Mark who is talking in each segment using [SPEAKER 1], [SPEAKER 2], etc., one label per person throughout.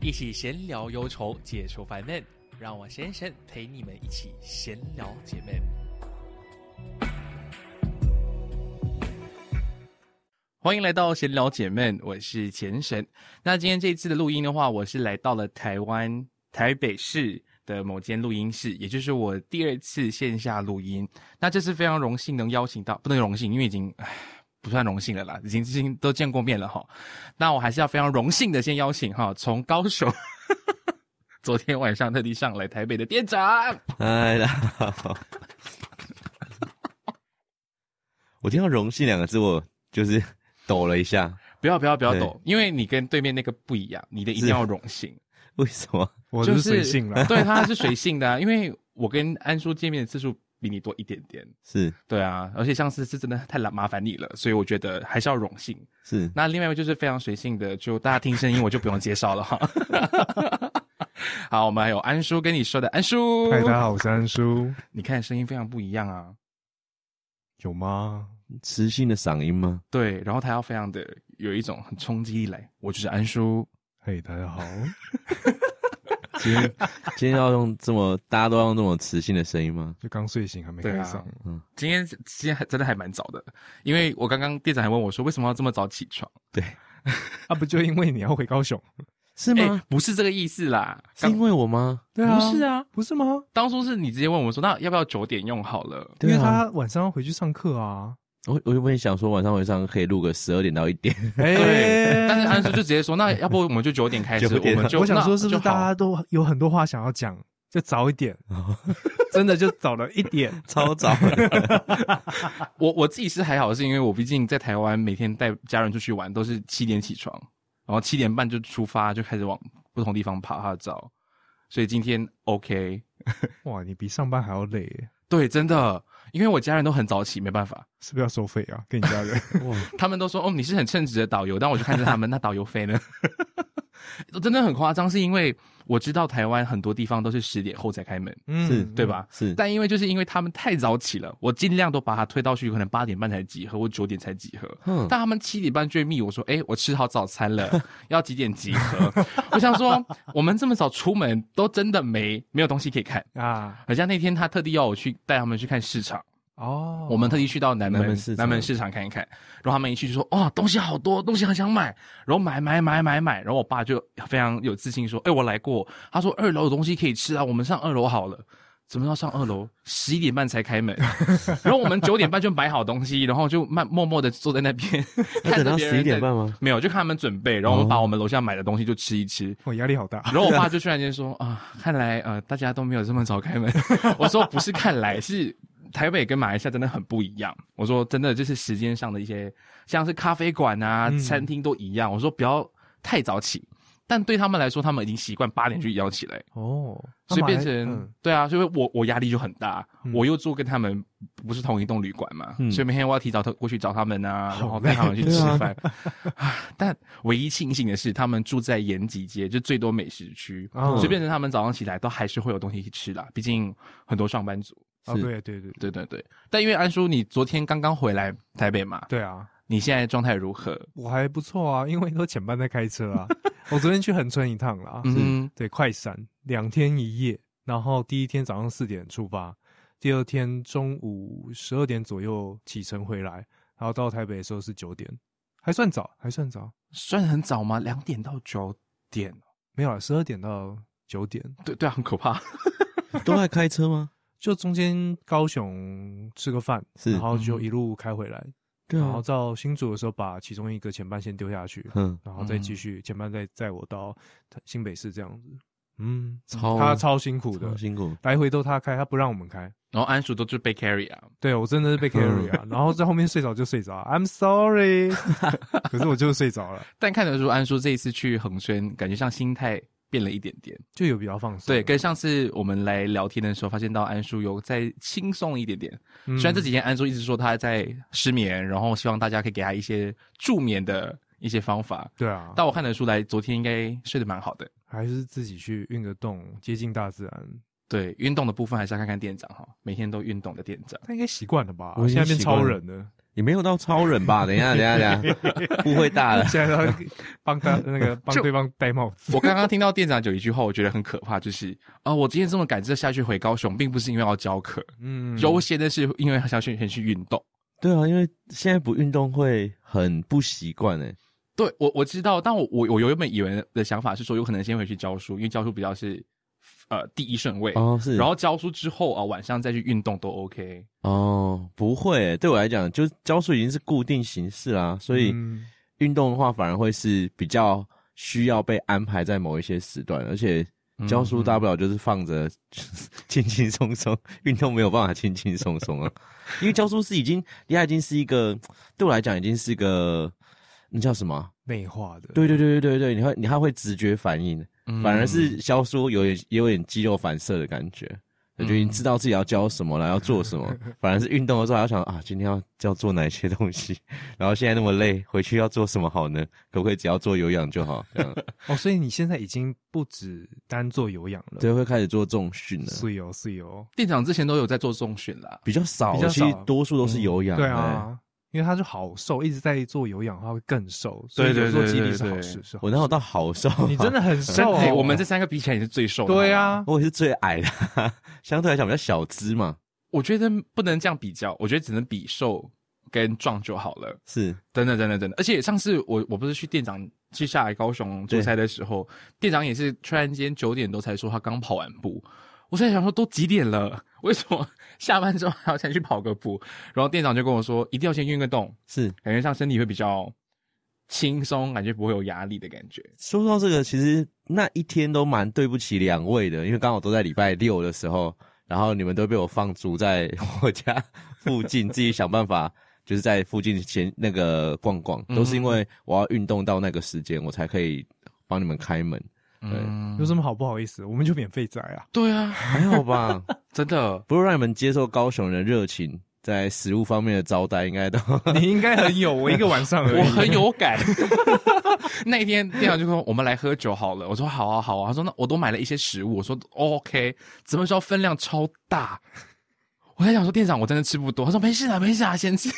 [SPEAKER 1] 一起闲聊忧愁，解愁烦闷，让我先生陪你们一起闲聊解闷。欢迎来到闲聊解闷，我是钱神。那今天这次的录音的话，我是来到了台湾台北市的某间录音室，也就是我第二次线下录音。那这次非常荣幸能邀请到，不能荣幸，因为已经唉不算荣幸了啦，已经已经都见过面了哈。那我还是要非常荣幸的先邀请哈，从高雄 昨天晚上特地上来台北的店长，
[SPEAKER 2] 哎，大家好。我听到“荣幸”两个字，我就是抖了一下。
[SPEAKER 1] 不要不要不要
[SPEAKER 2] 对
[SPEAKER 1] 抖，因为你跟对面那个不一样，你的一定
[SPEAKER 2] 是
[SPEAKER 1] 要荣幸。
[SPEAKER 2] 为什么？
[SPEAKER 3] 我
[SPEAKER 1] 就是
[SPEAKER 3] 随性 啦，
[SPEAKER 1] 对，他是随性的、啊，因为我跟安叔见面的次数比你多一点点。
[SPEAKER 2] 是
[SPEAKER 1] 对啊，而且上次是真的太麻麻烦你了，所以我觉得还是要荣幸。
[SPEAKER 2] 是，
[SPEAKER 1] 那另外一位就是非常随性的，就大家听声音我就不用介绍 了哈。好，我们还有安叔跟你说的，安叔，
[SPEAKER 3] 嗨，大家好，我是安叔，
[SPEAKER 1] 你看声音非常不一样啊。
[SPEAKER 3] 有吗？
[SPEAKER 2] 磁性的嗓音吗？
[SPEAKER 1] 对，然后他要非常的有一种很冲击力来，我就是安叔，
[SPEAKER 3] 嘿，大家好，
[SPEAKER 2] 今天今天要用这么，大家都要用这种磁性的声音吗？
[SPEAKER 3] 就刚睡醒，还没
[SPEAKER 1] 对
[SPEAKER 3] 开
[SPEAKER 1] 啊
[SPEAKER 3] 嗓，
[SPEAKER 1] 今天今天还真的还蛮早的，因为我刚刚店长还问我说为什么要这么早起床，
[SPEAKER 2] 对，
[SPEAKER 3] 啊，不就因为你要回高雄？
[SPEAKER 2] 是
[SPEAKER 1] 哎、
[SPEAKER 2] 吗？
[SPEAKER 1] 不是这个意思啦，
[SPEAKER 2] 是因为我吗？
[SPEAKER 3] 对啊，
[SPEAKER 1] 不是，啊，
[SPEAKER 3] 不是吗？
[SPEAKER 1] 当初是你直接问我说那要不要九点用好了，
[SPEAKER 3] 因
[SPEAKER 2] 对
[SPEAKER 3] 为
[SPEAKER 2] 啊，
[SPEAKER 3] 他晚上要回去上课啊。
[SPEAKER 2] 我我原本想说晚上晚上可以录个十二点到一点，
[SPEAKER 1] 对，
[SPEAKER 3] 哎
[SPEAKER 1] 但是安叔就直接说那要不我们就九点开始，
[SPEAKER 2] 9点
[SPEAKER 1] 我们就
[SPEAKER 3] 我想说，
[SPEAKER 1] 那
[SPEAKER 3] 是不
[SPEAKER 1] 就是好
[SPEAKER 3] 大家都有很多话想要讲，就早一 点，真的就早了一点。
[SPEAKER 2] 超早。
[SPEAKER 1] 我我自己是还好，是因为我毕竟在台湾每天带家人出去玩都是七点起床，然后七点半就出发，就开始往不同地方爬爬照，所以今天 OK，
[SPEAKER 3] 哇，你比上班还要累耶，
[SPEAKER 1] 对，真的，因为我家人都很早起，没办法，
[SPEAKER 3] 是不是要收费啊？给 你家人
[SPEAKER 2] 哇，
[SPEAKER 1] 他们都说哦你是很称职的导游，但我就看着他们，那 导游费呢？真的很夸张，是因为我知道台湾很多地方都是十点后才开门，
[SPEAKER 2] 是
[SPEAKER 3] 嗯
[SPEAKER 1] 对？吧？
[SPEAKER 2] 是
[SPEAKER 1] 但因为就是因为他们太早起了，我尽量都把他推到去，可能八点半才集合或九点才集合。
[SPEAKER 2] 嗯
[SPEAKER 1] 但他们七点半就会密我说：“哎、我吃好早餐了，要几点集合？” 我想说，我们这么早出门，都真的没没有东西可以看。
[SPEAKER 3] 啊，
[SPEAKER 1] 好像那天他特地要我去带他们去看市场，
[SPEAKER 3] 哦，
[SPEAKER 1] 我们特地去到南门
[SPEAKER 2] 南门市场
[SPEAKER 1] 南门市场看一看。然后他们一去就说：“哇、东西好多，东西很想买。”然后买买买买买。然后我爸就非常有自信说：“哎、我来过。”他说：“二楼有东西可以吃啊，我们上二楼好了。”怎么要上二楼？十一点半才开门， 然后我们九点半就买好东西，然后就慢默默的坐在那边，看
[SPEAKER 2] 要等
[SPEAKER 1] 着
[SPEAKER 2] 到
[SPEAKER 1] 别
[SPEAKER 2] 十
[SPEAKER 1] 人
[SPEAKER 2] 一点
[SPEAKER 1] 在
[SPEAKER 2] 半吗？
[SPEAKER 1] 没有，就看他们准备，然后我们把我们楼下买的东西就吃一吃。
[SPEAKER 3] 我压力好大。
[SPEAKER 1] 然后我爸就突然间说啊，看来呃大家都没有这么早开门。我说不是看来是。台北跟马来西亚真的很不一样。我说真的，就是时间上的一些，像是咖啡馆啊、
[SPEAKER 3] 嗯
[SPEAKER 1] 餐厅都一样。我说不要太早起，但对他们来说，他们已经习惯八点就要起来，
[SPEAKER 3] 哦，
[SPEAKER 1] 所以
[SPEAKER 3] 那
[SPEAKER 1] 变
[SPEAKER 3] 马来
[SPEAKER 1] 成、
[SPEAKER 3] 嗯
[SPEAKER 1] 对啊，所以我我压力就很大。
[SPEAKER 3] 嗯
[SPEAKER 1] 我又住跟他们不是同一栋旅馆嘛，
[SPEAKER 2] 嗯
[SPEAKER 1] 所以每天我要提早过去找他们啊，然后
[SPEAKER 3] 好
[SPEAKER 1] 带
[SPEAKER 3] 累
[SPEAKER 1] 他们去
[SPEAKER 2] 对
[SPEAKER 1] 吃
[SPEAKER 2] 啊
[SPEAKER 1] 饭。啊但唯一庆幸的是，他们住在延吉街，就最多美食区，
[SPEAKER 3] 哦
[SPEAKER 1] 所以变成他们早上起来都还是会有东西吃啦。毕竟很多上班族，
[SPEAKER 3] 哦，
[SPEAKER 2] 是
[SPEAKER 3] 对对对
[SPEAKER 1] 对对对。但因为安叔，你昨天刚刚回来台北嘛，
[SPEAKER 3] 对啊，
[SPEAKER 1] 你现在状态如何？
[SPEAKER 3] 我还不错啊，因为都前半在开车 啊。我昨天去恒春一趟啦，
[SPEAKER 1] 嗯
[SPEAKER 3] 对，快闪两天一夜，然后第一天早上四点出发，第二天中午十二点左右启程回来，然后到台北的时候是九点，还算早，还算早，
[SPEAKER 1] 哼，算很早吗？两点到九点，
[SPEAKER 3] 没有啦，十二点到九点，
[SPEAKER 1] 对对啊，很可怕。
[SPEAKER 2] 都在开车吗？
[SPEAKER 3] 就中间高雄吃个饭，
[SPEAKER 2] 是嗯
[SPEAKER 3] 然后就一路开回来，
[SPEAKER 2] 对啊
[SPEAKER 3] 然后，到新竹的时候把其中一个前半先丢下去，
[SPEAKER 2] 嗯，
[SPEAKER 3] 然后再
[SPEAKER 1] 嗯
[SPEAKER 3] 继续前半再载我到新北市这样子，嗯，
[SPEAKER 2] 超
[SPEAKER 3] 他超辛苦的
[SPEAKER 2] 哦超，辛苦，
[SPEAKER 3] 来回都他开，他不让我们开。
[SPEAKER 1] 然后安叔都是被 carry 啊，
[SPEAKER 3] 对我真的是 被 carry 啊，然后在后面睡着就睡着啊 ，I'm sorry，可是我就是睡着了，
[SPEAKER 1] 但看得出安叔这一次去恒春，感觉上心态变了一点点。
[SPEAKER 3] 就有比较放松。
[SPEAKER 1] 对，跟上次我们来聊天的时候，发现到安叔有再轻松一点点。
[SPEAKER 3] 嗯
[SPEAKER 1] 虽然这几天安叔一直说他在失眠，然后希望大家可以给他一些助眠的一些方法，
[SPEAKER 3] 对啊，
[SPEAKER 1] 但我看得出来，昨天应该睡得蛮好的。
[SPEAKER 3] 还是自己去运个动，接近大自然，
[SPEAKER 1] 对，运动的部分还是要看看店长哈，每天都运动的店长。
[SPEAKER 3] 他应该习惯了吧？
[SPEAKER 2] 我已
[SPEAKER 3] 现
[SPEAKER 2] 经
[SPEAKER 3] 在变超人了，
[SPEAKER 2] 已也没有到超人吧？等一下，等一下，等一下，误会大了。
[SPEAKER 3] 现在要帮他那 个帮
[SPEAKER 1] 就
[SPEAKER 3] 对方戴帽子，
[SPEAKER 1] 我刚刚听到店长有一句话，我觉得很可怕，就是啊、我今天这么赶着下去回高雄，并不是因为要教课，
[SPEAKER 3] 嗯，
[SPEAKER 1] 悠闲的是因为他想去先去运动。
[SPEAKER 2] 对啊，因为现在不运动会很不习惯欸诶。
[SPEAKER 1] 对我我知道，但我我我原本以为的想法是说，有可能先回去教书，因为教书比较是呃第一顺位，
[SPEAKER 2] 哦，是，
[SPEAKER 1] 然后教书之后啊、晚上再去运动都 OK。
[SPEAKER 2] 哦，不会欸，对我来讲，就是教书已经是固定形式啦，所以
[SPEAKER 3] 嗯
[SPEAKER 2] 运动的话反而会是比较需要被安排在某一些时段，而且教书大不了就是放着轻轻松松， 运动没有办法轻轻松松 啊，因为教书是已经，它已经是一个对我来讲已经是一个那叫什么啊？
[SPEAKER 3] 内化的，
[SPEAKER 2] 对对对对对对，你会你还会直觉反应，
[SPEAKER 1] 嗯
[SPEAKER 2] 反而是教书有点也有点肌肉反射的感觉，我就已经知道自己要教什么了，要做什 么。反而是运动的时候还要想啊，今天要要做哪些东西， 然后现在那么累，回去要做什么好呢？可不可以只要做有氧就好？这样
[SPEAKER 3] 哦，所以你现在已经不止单做有氧 了，哦
[SPEAKER 2] 对，会开始做重训了，
[SPEAKER 3] 是有是有，
[SPEAKER 1] 店长之前都有在做中训啦，
[SPEAKER 2] 比较少，
[SPEAKER 3] 比较
[SPEAKER 2] 其
[SPEAKER 3] 少
[SPEAKER 2] 实多数都是有氧。
[SPEAKER 3] 对啊，因为他就好瘦，一直在做有氧的话会更瘦，所以
[SPEAKER 1] 对对
[SPEAKER 3] 有时候
[SPEAKER 1] 对
[SPEAKER 3] 肌力
[SPEAKER 1] 对
[SPEAKER 3] 是好
[SPEAKER 1] 对
[SPEAKER 3] 事，是
[SPEAKER 2] 哎，
[SPEAKER 3] 好
[SPEAKER 2] 我哪有到好瘦？
[SPEAKER 3] 事你真 的，很瘦
[SPEAKER 1] 哎
[SPEAKER 3] 哦，
[SPEAKER 1] 我们这三个比起来，你是最瘦的。
[SPEAKER 3] 对
[SPEAKER 1] 好吗，
[SPEAKER 3] 啊，
[SPEAKER 2] 我也是最矮的， 相对来讲比较小资嘛，
[SPEAKER 1] 我觉得不能这样比较，我觉得只能比瘦跟壮就好了。
[SPEAKER 2] 是
[SPEAKER 1] 真的，真的，真的。而且上次我我不是去店长去下来高雄出差的时候，店长也是突然间九点多才说他刚跑完步。我在想说都几点了，为什么下班之后还要先去跑个步？然后店长就跟我说，一定要先运个动，
[SPEAKER 2] 是。
[SPEAKER 1] 感觉上身体会比较轻松，感觉不会有压力的感觉。
[SPEAKER 2] 说到这个，其实那一天都蛮对不起两位的，因为刚好都在礼拜六的时候，然后你们都被我放逐在我家附近，自己想办法就是在附近闲那个逛逛，
[SPEAKER 1] 嗯
[SPEAKER 2] 都是因为我要运动到那个时间，我才可以帮你们开门。
[SPEAKER 1] 嗯，
[SPEAKER 3] 有什么好不好意思？我们就免费宰啊，
[SPEAKER 1] 对啊，
[SPEAKER 2] 还好吧，
[SPEAKER 1] 真的。
[SPEAKER 2] 不过让你们接受高雄人热情，在食物方面的招待，应该都
[SPEAKER 3] 你应该很有，我一个晚上而 已，
[SPEAKER 1] 我很有感。那一天店长就说：“我们来喝酒好了。”我说：“好啊，好啊。”他说：“那我都买了一些食物。”我说：“OK。”怎么知道分量超大？我在想说，店长我真的吃不多。他说：“没事啊，没事啊，先吃。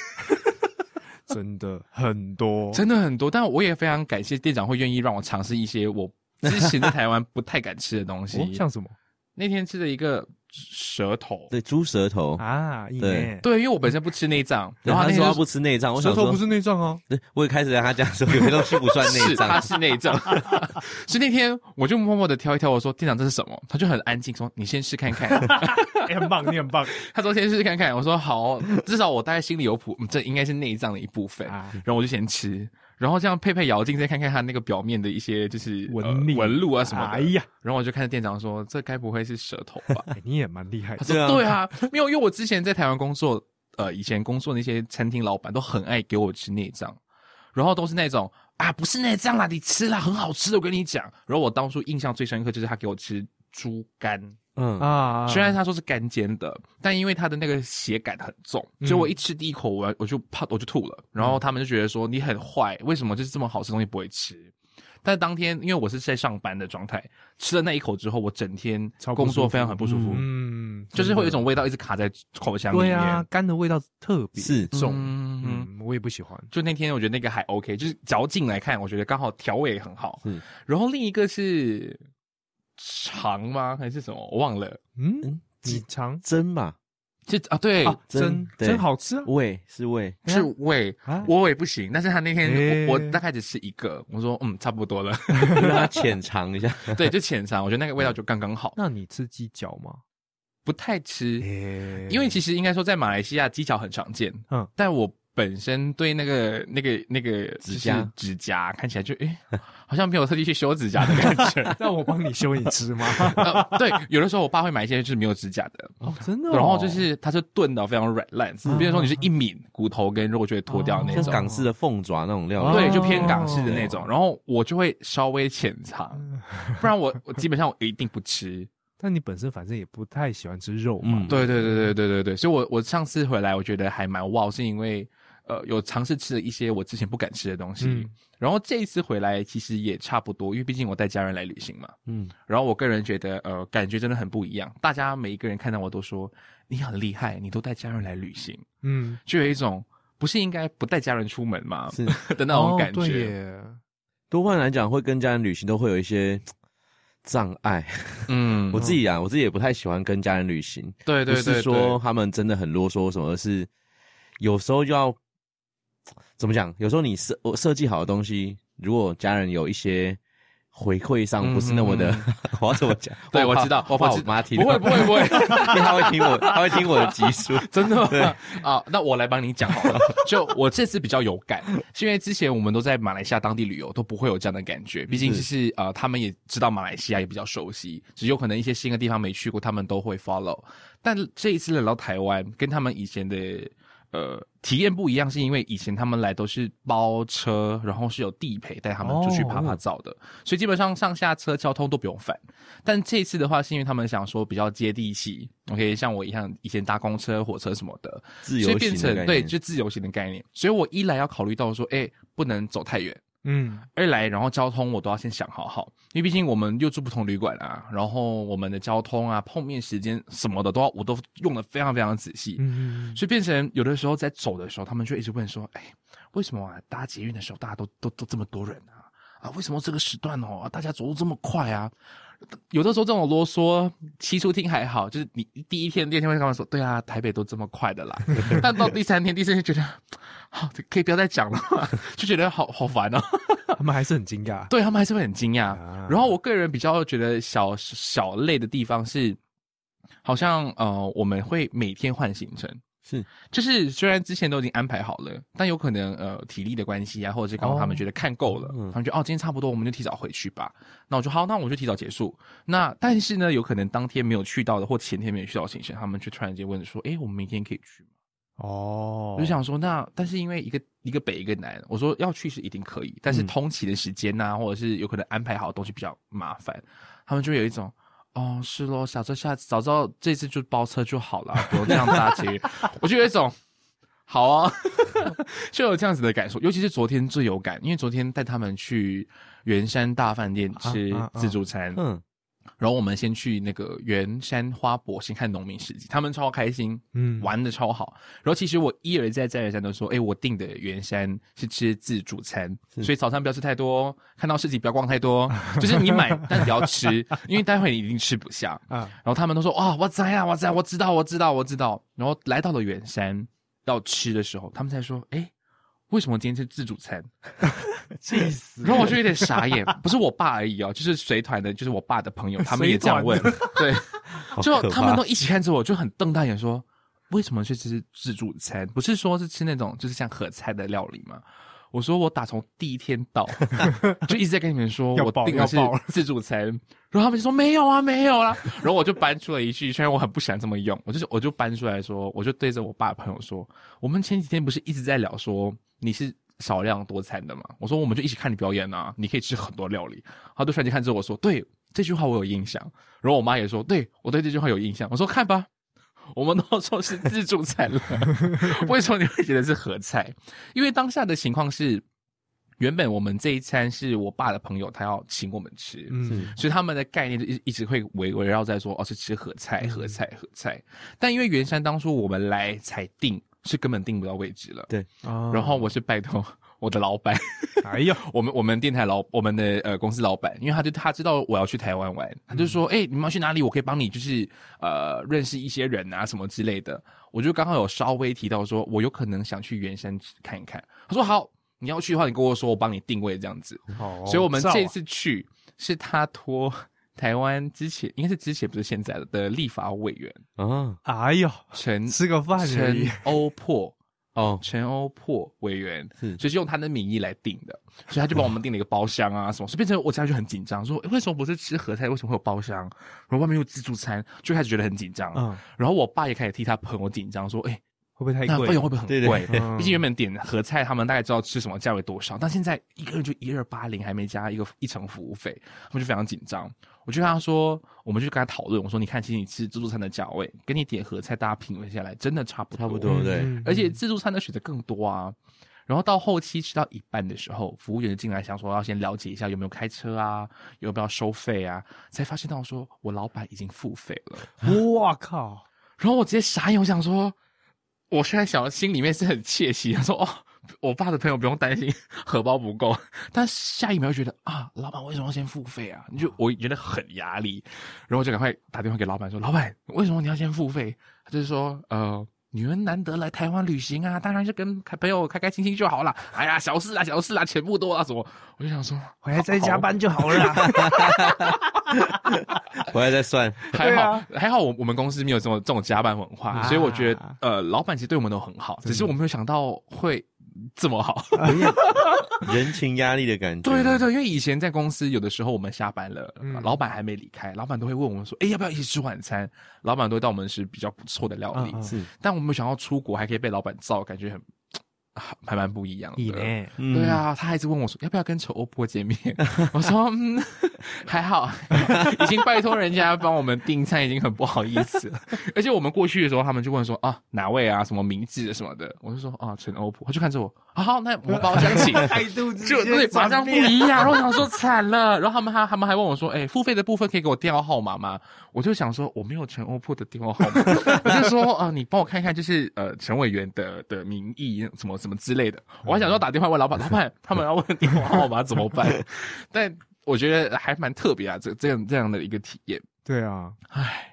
[SPEAKER 3] 真的很多，”
[SPEAKER 1] 真的很多，但我也非常感谢店长会愿意让我尝试一些我之前在台湾不太敢吃的东西。
[SPEAKER 3] 哦像什么
[SPEAKER 1] 那天吃的一个舌头，
[SPEAKER 2] 对猪舌头。
[SPEAKER 3] 啊？一
[SPEAKER 2] 对
[SPEAKER 3] 年，
[SPEAKER 1] 对，因为啊我本身不吃内脏，
[SPEAKER 2] 然
[SPEAKER 1] 然后
[SPEAKER 2] 后
[SPEAKER 1] 那
[SPEAKER 2] 他
[SPEAKER 1] 天
[SPEAKER 2] 说他
[SPEAKER 1] 就
[SPEAKER 2] 不吃内脏，我
[SPEAKER 3] 舌
[SPEAKER 2] 想
[SPEAKER 3] 头
[SPEAKER 2] 说
[SPEAKER 3] 不，是内 脏哦，
[SPEAKER 2] 对我也开始跟他讲说，有些东西不算内
[SPEAKER 1] 是，
[SPEAKER 2] 脏
[SPEAKER 1] 他，是内脏。 所以那天我就默默的挑一挑，我说店长这是什么？他就很安静说：“你先试看看。
[SPEAKER 3] 哎很棒，你很棒
[SPEAKER 1] 他说先试试看看。我说好，至少我大概心里有谱，嗯这应该是内脏的一部分。
[SPEAKER 3] 啊！
[SPEAKER 1] 然后我就先吃，然后这样配配咬劲，再看看它那个表面的一些就是
[SPEAKER 3] 纹
[SPEAKER 1] 呃
[SPEAKER 3] 理
[SPEAKER 1] 纹路啊什么的。
[SPEAKER 3] 哎呀，
[SPEAKER 1] 然后我就看着店长说：“这该不会是舌头吧？”
[SPEAKER 3] 哎你也蛮厉害
[SPEAKER 1] 他
[SPEAKER 3] 的，
[SPEAKER 1] 说：“对
[SPEAKER 2] 对
[SPEAKER 1] 啊，没有，因为我之前在台湾工作，呃，以前工作那些餐厅老板都很爱给我吃内脏，然后都是那种啊，不是内脏啦，你吃啦，很好吃的，我跟你讲。然后我当初印象最深刻就是他给我吃猪肝，
[SPEAKER 2] 嗯
[SPEAKER 3] 啊，
[SPEAKER 1] 虽然他说是干煎的，但因为他的那个血感很重，所
[SPEAKER 3] 嗯
[SPEAKER 1] 以我一吃第一口，我我就怕我就吐了。然后他们就觉得说你很坏，为什么就是这么好吃的东西不会吃？”但当天因为我是在上班的状态，吃了那一口之后，我整天
[SPEAKER 3] 超不
[SPEAKER 1] 工作
[SPEAKER 3] 舒
[SPEAKER 1] 非常很不舒服。
[SPEAKER 3] 嗯，
[SPEAKER 1] 就是会有一种
[SPEAKER 3] 真
[SPEAKER 1] 味道一直卡在口腔
[SPEAKER 3] 的
[SPEAKER 1] 里面。
[SPEAKER 3] 对啊，肝的味道特别
[SPEAKER 2] 是
[SPEAKER 3] 重，
[SPEAKER 1] 嗯
[SPEAKER 3] 嗯，我也不喜欢。
[SPEAKER 1] 就那天我觉得那个还 OK，就是嚼劲来看，我觉得刚好调味也很好。
[SPEAKER 2] 是
[SPEAKER 1] 然后另一个是肠吗？还是什么？我忘了。
[SPEAKER 3] 嗯
[SPEAKER 2] 嗯，
[SPEAKER 3] 你尝
[SPEAKER 2] 蒸吧，
[SPEAKER 1] 是啊，对，
[SPEAKER 3] 啊，
[SPEAKER 2] 真
[SPEAKER 3] 真
[SPEAKER 2] 对
[SPEAKER 3] 真好吃啊！
[SPEAKER 2] 胃 是胃，
[SPEAKER 1] 是胃，
[SPEAKER 3] 啊
[SPEAKER 1] 我也不行。但是他那天
[SPEAKER 3] 诶
[SPEAKER 1] 我我大概只吃一个，我说嗯，差不多了。
[SPEAKER 2] 让它浅尝一下。
[SPEAKER 1] 对，就浅尝，我觉得那个味道就刚刚好，
[SPEAKER 3] 那你吃鸡脚吗？
[SPEAKER 1] 不太吃。因
[SPEAKER 3] 因
[SPEAKER 1] 为其实应该说在马来西亚鸡脚很常见，
[SPEAKER 3] 嗯
[SPEAKER 1] 但我本身对那个那个那个就是
[SPEAKER 2] 指甲
[SPEAKER 1] 指甲看起来就诶、好像没有特地去修指甲的感觉。
[SPEAKER 3] 那我帮你修，你吃吗？
[SPEAKER 1] 呃，对，有的时候我爸会买一些就是没有指甲的，
[SPEAKER 3] 哦，真的哦。
[SPEAKER 1] 然后就是它是炖到非常软烂，
[SPEAKER 3] 嗯
[SPEAKER 1] 比如说你是一抿骨头跟肉就会脱掉那
[SPEAKER 2] 像
[SPEAKER 1] 种，
[SPEAKER 2] 港式的凤爪那种料
[SPEAKER 3] 哦
[SPEAKER 2] 理，
[SPEAKER 1] 对，就偏港式的那种。然后我就会稍微浅尝，
[SPEAKER 3] 嗯
[SPEAKER 1] 不然我我基本上我一定不吃。
[SPEAKER 3] 但你本身反正也不太喜欢吃肉嘛
[SPEAKER 2] 嗯。
[SPEAKER 1] 对对对对对对对，所以我我上次回来我觉得还蛮哇，是因为呃有尝试吃了一些我之前不敢吃的东西，
[SPEAKER 3] 嗯
[SPEAKER 1] 然后这一次回来其实也差不多，因为毕竟我带家人来旅行嘛。
[SPEAKER 2] 嗯，
[SPEAKER 1] 然后我个人觉得，呃，感觉真的很不一样。大家每一个人看到我都说你很厉害，你都带家人来旅行，
[SPEAKER 3] 嗯，
[SPEAKER 1] 就有一种不是应该不带家人出门吗？
[SPEAKER 2] 是
[SPEAKER 1] 的那种感
[SPEAKER 3] 哦、对
[SPEAKER 1] 觉。
[SPEAKER 3] 耶，
[SPEAKER 2] 多半来讲，会跟家人旅行都会有一些障碍。
[SPEAKER 1] 嗯
[SPEAKER 2] 我自己啊，我自己也不太喜欢跟家人旅行，
[SPEAKER 1] 对对对
[SPEAKER 2] 不是说他们真的很啰嗦什么，而是有时候就要怎么讲？有时候你设我设计好的东西，如果家人有一些回馈上不是那么的，
[SPEAKER 1] 嗯
[SPEAKER 2] 我要怎么讲？
[SPEAKER 1] 对
[SPEAKER 2] 我
[SPEAKER 1] 我
[SPEAKER 2] 怕
[SPEAKER 1] 知道
[SPEAKER 2] 我怕
[SPEAKER 1] 我
[SPEAKER 2] 我
[SPEAKER 1] 知
[SPEAKER 2] 妈听
[SPEAKER 1] 不
[SPEAKER 2] 到，
[SPEAKER 1] 会不会不 会，
[SPEAKER 2] 因为她会听我，她会听我的集 数。
[SPEAKER 1] 真的吗？啊，那我来帮你讲好了。 就我这次比较有感，是因为之前我们都在马来西亚当地旅游，都不会有这样的感觉。毕竟就是呃，他们也知道马来西亚也比较熟悉，只有可能一些新的地方没去过，他们都会 follow。但这一次来到台湾，跟他们以前的呃体验不一样，是因为以前他们来都是包车，然后是有地陪带他们出去
[SPEAKER 3] 哦
[SPEAKER 1] 爬爬照的，所以基本上上下车交通都不用烦。但这一次的话，是因为他们想说比较接地气，OK，像我一样以前搭公车、火车什么的，
[SPEAKER 2] 自
[SPEAKER 1] 所
[SPEAKER 2] 由
[SPEAKER 1] 以变
[SPEAKER 2] 行的概
[SPEAKER 1] 成对
[SPEAKER 2] 念
[SPEAKER 1] 就自由行的概念。所以我一来要考虑到说，哎、不能走太远；
[SPEAKER 3] 嗯，
[SPEAKER 1] 二来，然后交通我都要先想好好，因为毕竟我们又住不同旅馆啊，然后我们的交通啊、碰面时间什么的都要，我都用的非常非常仔细。
[SPEAKER 3] 嗯，
[SPEAKER 1] 所以变成有的时候在走的时候，他们就一直问说：“哎，为什么啊？搭捷运的时候大家都都都这么多人啊？啊，为什么这个时段哦，啊大家走路这么快啊？”有的时候这种啰嗦，起初听还好，就是你第一天、第二天会跟他们说：“对啊，台北都这么快的啦。” 但到第三天、第四天觉得， 好，可以不要再讲了吗，就觉得好好烦哦。
[SPEAKER 3] 他们还 是很惊讶，
[SPEAKER 1] 对他们还是会很惊讶
[SPEAKER 3] 啊。
[SPEAKER 1] 然后我个人比较觉得小小累的地方是，好像呃我们会每天换行程。
[SPEAKER 2] 是
[SPEAKER 1] 就是虽然之前都已经安排好了，但有可能呃体力的关系啊，或者是刚好他们
[SPEAKER 3] 哦
[SPEAKER 1] 觉得看够了，
[SPEAKER 2] 嗯
[SPEAKER 1] 他们觉得哦今天差不多，我们就提早回去吧。那我就好，那我就提早结束。那但是呢，有可能当天没有去到的，或前天没有去到的行程，他们就突然间问说：“诶，我们明天可以去吗？”
[SPEAKER 3] 哦，
[SPEAKER 1] 我就想说，那但是因为一个一个北一个南，我说要去是一定可以，但是
[SPEAKER 2] 嗯
[SPEAKER 1] 通勤的时间呐、啊或者是有可能安排好的东西比较麻烦，他们就会有一种。哦，是咯，小车下次早知道这次就包车就好了，不用这样搭捷运。 我就有一种，好啊， 就有这样子的感受。尤其是昨天最有感，因为昨天带他们去圆山大饭店吃
[SPEAKER 3] 啊啊啊
[SPEAKER 1] 自助餐，
[SPEAKER 2] 嗯，
[SPEAKER 1] 然后我们先去那个圆山花博先看农民市集，他们超开心，
[SPEAKER 3] 嗯
[SPEAKER 1] 玩的超好。然后其实我一而再再而三都说，哎，我订的圆山是吃自助餐，
[SPEAKER 2] 是
[SPEAKER 1] 所以早餐不要吃太多哦，看到市集不要逛太多 哦，就是你买但不要吃，因为待会你一定吃不下。
[SPEAKER 3] 啊，
[SPEAKER 1] 然后他们都说，哇，我知啊，我知啊，我知道，我知道，我知道。然后来到了圆山要吃的时候，他们才说，哎，为什么今天吃自助餐？
[SPEAKER 3] 气死
[SPEAKER 1] 嗯然后我就有点傻 眼，不是我爸而已哦，就是随团的，就是我爸的朋友，他们也这样问
[SPEAKER 3] 随，
[SPEAKER 1] 对，
[SPEAKER 2] 好
[SPEAKER 1] 就
[SPEAKER 2] 可
[SPEAKER 1] 他们
[SPEAKER 2] 怕
[SPEAKER 1] 都一起看着我，就很瞪大眼说：“为什么去吃自助餐？不是说是吃那种就是像合菜的料理吗？”我说：“我打从第一天到， 就一直在跟你们说
[SPEAKER 3] 要
[SPEAKER 1] 我
[SPEAKER 3] 爆
[SPEAKER 1] 订的是
[SPEAKER 3] 要爆
[SPEAKER 1] 自助餐。”然后他们就说：“没有啊，没有啦。”然后我就搬出了一句，虽然我很不喜欢这么用，我就是我就搬出来说，我就对着我爸朋友说：“我们前几天不是一直在聊说你是。”少量多餐的嘛，我说我们就一起看你表演啊，你可以吃很多料理。他就突然间看着我说：“对这句话我有印象。”然后我妈也说：“对我对这句话有印象。”我说：“看吧，我们都说是自助餐了， 为什么你会觉得是合菜？因为当下的情况是，原本我们这一餐是我爸的朋友他要请我们吃，
[SPEAKER 3] 嗯，
[SPEAKER 1] 所以他们的概念就一一直会围围绕在说哦是吃合菜、
[SPEAKER 3] 嗯
[SPEAKER 1] 合菜、合菜。但因为圆山当初我们来才定，是根本定不到位置了。
[SPEAKER 3] 然
[SPEAKER 1] 然后我是拜托我的老板。
[SPEAKER 3] 啊哎 呦，
[SPEAKER 1] 我们我们电台老我们的呃公司老板，因为他就他知道我要去台湾玩，他就
[SPEAKER 3] 嗯
[SPEAKER 1] 说：“哎、你们要去哪里？我可以帮你，就是呃认识一些人啊什么之类的。”我就刚好有稍微提到说，我有可能想去圆山看一看。他
[SPEAKER 3] 嗯
[SPEAKER 1] 说：“好，你要去的话，你跟我说，我帮你定位这样子。”
[SPEAKER 3] 好，
[SPEAKER 1] 所以我们这次去是他托台湾之前应该是之前不是现在的的立法委员
[SPEAKER 2] 啊，
[SPEAKER 3] 哎呦，
[SPEAKER 1] 陈
[SPEAKER 3] 吃个饭而已
[SPEAKER 1] 陈，欧珀
[SPEAKER 2] 哦，
[SPEAKER 1] 陈欧珀委员，
[SPEAKER 2] 是
[SPEAKER 1] 就是用他的名义来定的，所以他就帮我们订了一个包厢啊什么，所以变成我家就很紧张，说诶为什么不是吃合菜，为什么会有包厢？然后外面有自助餐，就开始觉得很紧张。
[SPEAKER 3] 嗯，
[SPEAKER 1] 然后我爸也开始替他朋友紧张，说：“哎、
[SPEAKER 3] 会不会太
[SPEAKER 1] 那
[SPEAKER 3] 贵
[SPEAKER 1] 费？用会不会很
[SPEAKER 2] 对对
[SPEAKER 1] 贵？
[SPEAKER 2] 对
[SPEAKER 3] 嗯
[SPEAKER 1] 毕竟原本点合菜，他们大概知道吃什么价位多少，但现在一个人就一二八零，还没加一个一层服务费，他们就非常紧张。我就跟他说，我们就跟他讨论，我说：你看，其实你吃自助餐的价位，跟你点合菜，大家平均下来真的差不
[SPEAKER 2] 差不多
[SPEAKER 3] 嗯，
[SPEAKER 2] 对
[SPEAKER 3] 嗯
[SPEAKER 1] 而且自助餐的选择更多啊。然后到后期吃到一半的时候，服务员进来想说要先了解一下有没有开车啊，有没有收费啊，才发现到说我老板已经付费了。
[SPEAKER 3] 哇靠，
[SPEAKER 1] 然后我直接傻眼，我想说我现在想心里面是很窃喜，想说哦，我爸的朋友不用担心荷包不够，但下一秒就觉得啊，老板为什么要先付费啊？你就我觉得很压力，然后我就赶快打电话给老板说，老板为什么你要先付费？他就说呃。女人难得来台湾旅行啊，当然是跟朋友开开心心就好了。哎呀，小事啊，小事啊，钱不多啊，什么？我就想说，
[SPEAKER 3] 回来再 加
[SPEAKER 1] 好
[SPEAKER 3] 班就好了啦。
[SPEAKER 2] 回来 再算。
[SPEAKER 1] 还
[SPEAKER 3] 对
[SPEAKER 1] 好，
[SPEAKER 3] 啊
[SPEAKER 1] 还好我我们公司没有这种这种加班文化，
[SPEAKER 3] 啊
[SPEAKER 1] 所以我觉得呃，老板其实对我们都很好，
[SPEAKER 3] 的
[SPEAKER 1] 只是我没有想到会这么 好。
[SPEAKER 2] 人情压力的感觉。
[SPEAKER 1] 对对，对，因为以前在公司有的时候我们下班了，
[SPEAKER 3] 啊嗯
[SPEAKER 1] 老板还没离开，老板都会问我们说，哎，要不要一起吃晚餐？老板都会带我们吃比较不错的料理，
[SPEAKER 3] 嗯嗯
[SPEAKER 2] 是，
[SPEAKER 1] 但我们没有想到出国还可以被老板造，感觉很还蛮不一样
[SPEAKER 3] 你
[SPEAKER 1] 的。
[SPEAKER 3] 呢？
[SPEAKER 2] 嗯
[SPEAKER 1] 对，啊，他还一直问我说要不要跟丑欧波 见面，我说嗯 还好，已经拜托人家帮我们订餐，已经很不好意思 了。而且我们过去的时候，他们就问说啊哪位啊什么名字什么的，我就说啊陈欧波，他就看着我，啊好，那我包厢请。
[SPEAKER 3] 态度直
[SPEAKER 1] 就对，马上不一样。然后我想说惨了，然后他们还他们还问我说，哎、付费的部分可以给我电话号码吗？我就想说我没有陈欧破的电话号码， 我就说啊、呃你帮我看一看，就是呃陈委员的的名义什么什么之类的。我还
[SPEAKER 3] 嗯
[SPEAKER 1] 想说打电话问老板，老板他们要问电话号码怎么 办？但我觉得还蛮特别啊，这这样这样的一个体验，
[SPEAKER 3] 对啊，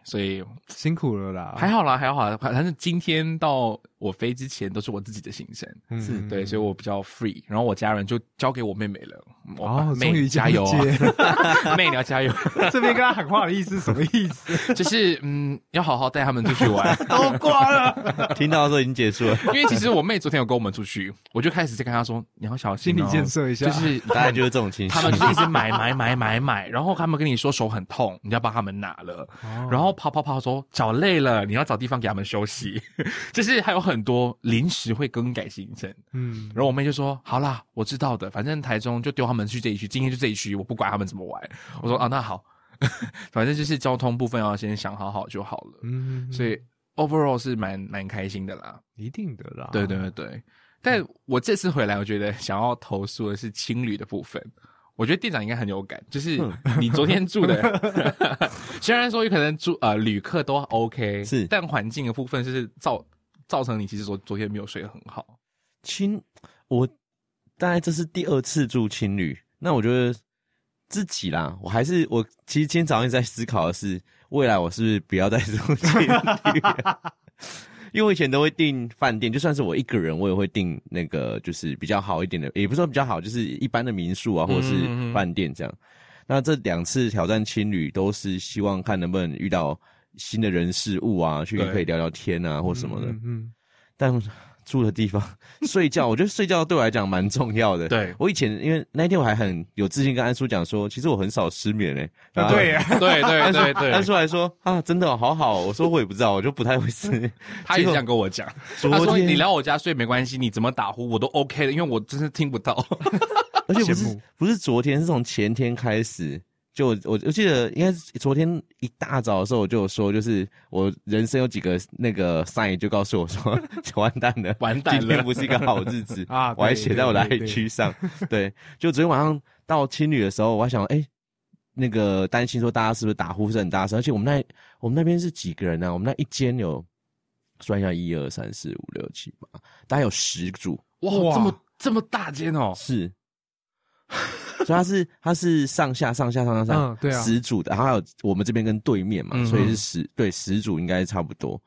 [SPEAKER 1] 所以
[SPEAKER 3] 辛苦了啦。
[SPEAKER 1] 还好啦，还好啦，啊反反正今天到我飞之前都是我自己的行程。
[SPEAKER 3] 嗯
[SPEAKER 2] 是
[SPEAKER 1] 对，所以我比较 free，然后我家人就交给我妹妹了。我
[SPEAKER 3] 哦，
[SPEAKER 1] 妹
[SPEAKER 3] 终于
[SPEAKER 1] 加油、啊
[SPEAKER 3] 接
[SPEAKER 1] 哦， 妹你要加油，
[SPEAKER 3] 这边跟他喊话的意思是什么意 思？
[SPEAKER 1] 就是嗯，要好好带他们出去玩。
[SPEAKER 3] 都挂 了，
[SPEAKER 2] 嗯听到的时候已经结束了，
[SPEAKER 1] 因为其实我妹昨天有跟我们出去，我就开始在跟她说你要小心、
[SPEAKER 3] 心
[SPEAKER 1] 哦，
[SPEAKER 3] 理建设一下。
[SPEAKER 1] 就是
[SPEAKER 2] 大概就是这种情绪
[SPEAKER 1] 他。们就是一直买买买买买，然后他们跟你说手很痛，你要帮他们拿了，
[SPEAKER 3] 哦，
[SPEAKER 1] 然后跑跑跑说脚累了，你要找地方给他们休息， 就是还有很多临时会更改行程。
[SPEAKER 3] 嗯，
[SPEAKER 1] 然后我妹就说：“好啦，我知道的，反正台中就丢他们去这一区，今天就这一区，我不管他们怎么玩。”我说：“啊，那好， 反正就是交通部分要先想好好就好了。
[SPEAKER 3] 嗯，
[SPEAKER 1] 所以 overall 是蛮蛮开心的啦。
[SPEAKER 3] 一定的啦。
[SPEAKER 1] 对对对，但我这次回来，我觉得想要投诉的是青旅的部分。我觉得店长应该很有感，就是
[SPEAKER 2] 嗯
[SPEAKER 1] 你昨天住 的，虽然说有可能住呃旅客都 OK，
[SPEAKER 2] 是
[SPEAKER 1] 但环境的部分就是造造成你其实昨昨天没有睡得很好。
[SPEAKER 2] 青，我大概这是第二次住青旅，那我觉得自己啦，我还是我其实今天早上一直在思考的是，未来我是不是不要再住青旅了？ 因为我以前都会订饭店，就算是我一个人，我也会订那个就是比较好一点的，也不是说比较好，就是一般的民宿啊，或者是
[SPEAKER 1] 嗯嗯嗯
[SPEAKER 2] 饭店这样。那这两次挑战青旅都是希望看能不能遇到新的人事物啊，去
[SPEAKER 1] 对
[SPEAKER 2] 可以聊聊天啊，或什么的。
[SPEAKER 3] 嗯嗯，
[SPEAKER 2] 但住的 地方睡觉，我觉得睡觉对我来讲蛮重要的。
[SPEAKER 1] 对
[SPEAKER 2] 我以前因为那一天我还很有自信跟安叔讲说，其实我很少失眠诶、
[SPEAKER 3] 嗯
[SPEAKER 2] 然后
[SPEAKER 3] 对呀，
[SPEAKER 1] 啊对对
[SPEAKER 2] 安叔
[SPEAKER 1] 对对，
[SPEAKER 2] 安叔还说啊，真的哦、好好哦，我说我也不知道，我就不太会 失眠。
[SPEAKER 1] 他也这样跟我讲，
[SPEAKER 2] 昨
[SPEAKER 1] 他说
[SPEAKER 2] 天
[SPEAKER 1] 啊你来我家睡没关系，你怎么打呼我都 OK 的，因为我真是听不到。
[SPEAKER 2] 而且不
[SPEAKER 3] 羡
[SPEAKER 2] 是
[SPEAKER 3] 慕
[SPEAKER 2] 不是昨天，是从前天开始。就我我我记得应该是昨天一大早的时候，我就有说，就是我人生有几个那个 sign 就告诉我说， 完蛋了，
[SPEAKER 1] 完蛋了
[SPEAKER 2] 今天不是一个好日 子
[SPEAKER 3] 啊对
[SPEAKER 2] 我还写在我的
[SPEAKER 3] 对对
[SPEAKER 2] IG 上。对，就昨天晚上到青旅的时候，我还想，哎、那个担心说大家是不是打呼声很大声，而且我们那我们那边是几个人呢、啊我们那一间有算一下，一二三四五六七八，大概有十组，
[SPEAKER 1] 哇，
[SPEAKER 3] 哇
[SPEAKER 1] 这么这么大间哦，
[SPEAKER 2] 是，所以它是它是上下上下上下上，
[SPEAKER 3] 嗯对啊
[SPEAKER 2] 十组的，然后还有我们这边跟对面嘛，
[SPEAKER 1] 嗯
[SPEAKER 2] 所以是十对十组应该差不多。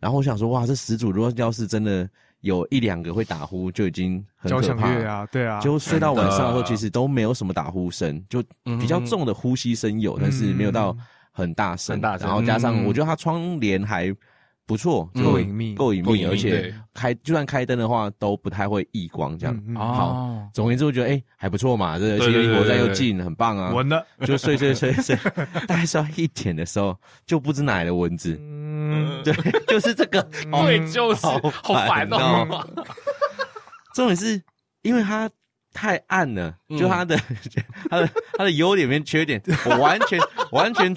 [SPEAKER 2] 然后我想说，哇，这十组如果要是真的有一两个会打呼，就已经很
[SPEAKER 3] 交
[SPEAKER 2] 可
[SPEAKER 3] 响
[SPEAKER 2] 怕
[SPEAKER 3] 乐
[SPEAKER 2] 了。
[SPEAKER 3] 啊，对啊，
[SPEAKER 2] 就睡到晚上的时
[SPEAKER 1] 真
[SPEAKER 2] 候，
[SPEAKER 1] 的
[SPEAKER 2] 其实都没有什么打呼声，就比较重的呼吸声有，但是没有到很大
[SPEAKER 1] 嗯
[SPEAKER 2] 声。
[SPEAKER 1] 很大声
[SPEAKER 2] 然后加上
[SPEAKER 1] 嗯
[SPEAKER 2] 我觉得它窗帘还不错，就
[SPEAKER 3] 够隐秘
[SPEAKER 2] 够隐
[SPEAKER 1] 够隐
[SPEAKER 2] 秘，
[SPEAKER 1] 秘
[SPEAKER 2] 而且
[SPEAKER 1] 对
[SPEAKER 2] 开就算开灯的话都不太会溢光这样。
[SPEAKER 3] 嗯嗯
[SPEAKER 1] 哦，
[SPEAKER 2] 总而言之，我觉得哎、还不错嘛，这
[SPEAKER 1] 对
[SPEAKER 2] 而
[SPEAKER 1] 对
[SPEAKER 2] 且
[SPEAKER 1] 对
[SPEAKER 2] 离国站
[SPEAKER 1] 对
[SPEAKER 2] 又
[SPEAKER 1] 对
[SPEAKER 2] 近，很棒啊。
[SPEAKER 3] 闻了，
[SPEAKER 2] 就睡睡睡睡， 大概睡到一点的时候，就不知哪来的蚊子，
[SPEAKER 3] 嗯，
[SPEAKER 2] 对，就是这个。
[SPEAKER 3] 哦
[SPEAKER 1] 对，就是
[SPEAKER 2] 嗯好
[SPEAKER 1] 好烦
[SPEAKER 2] 烦
[SPEAKER 1] 哦
[SPEAKER 2] 哦，重点是因为它太暗了，
[SPEAKER 1] 嗯
[SPEAKER 2] 就它的 它的它的优点跟缺点，我完全 完全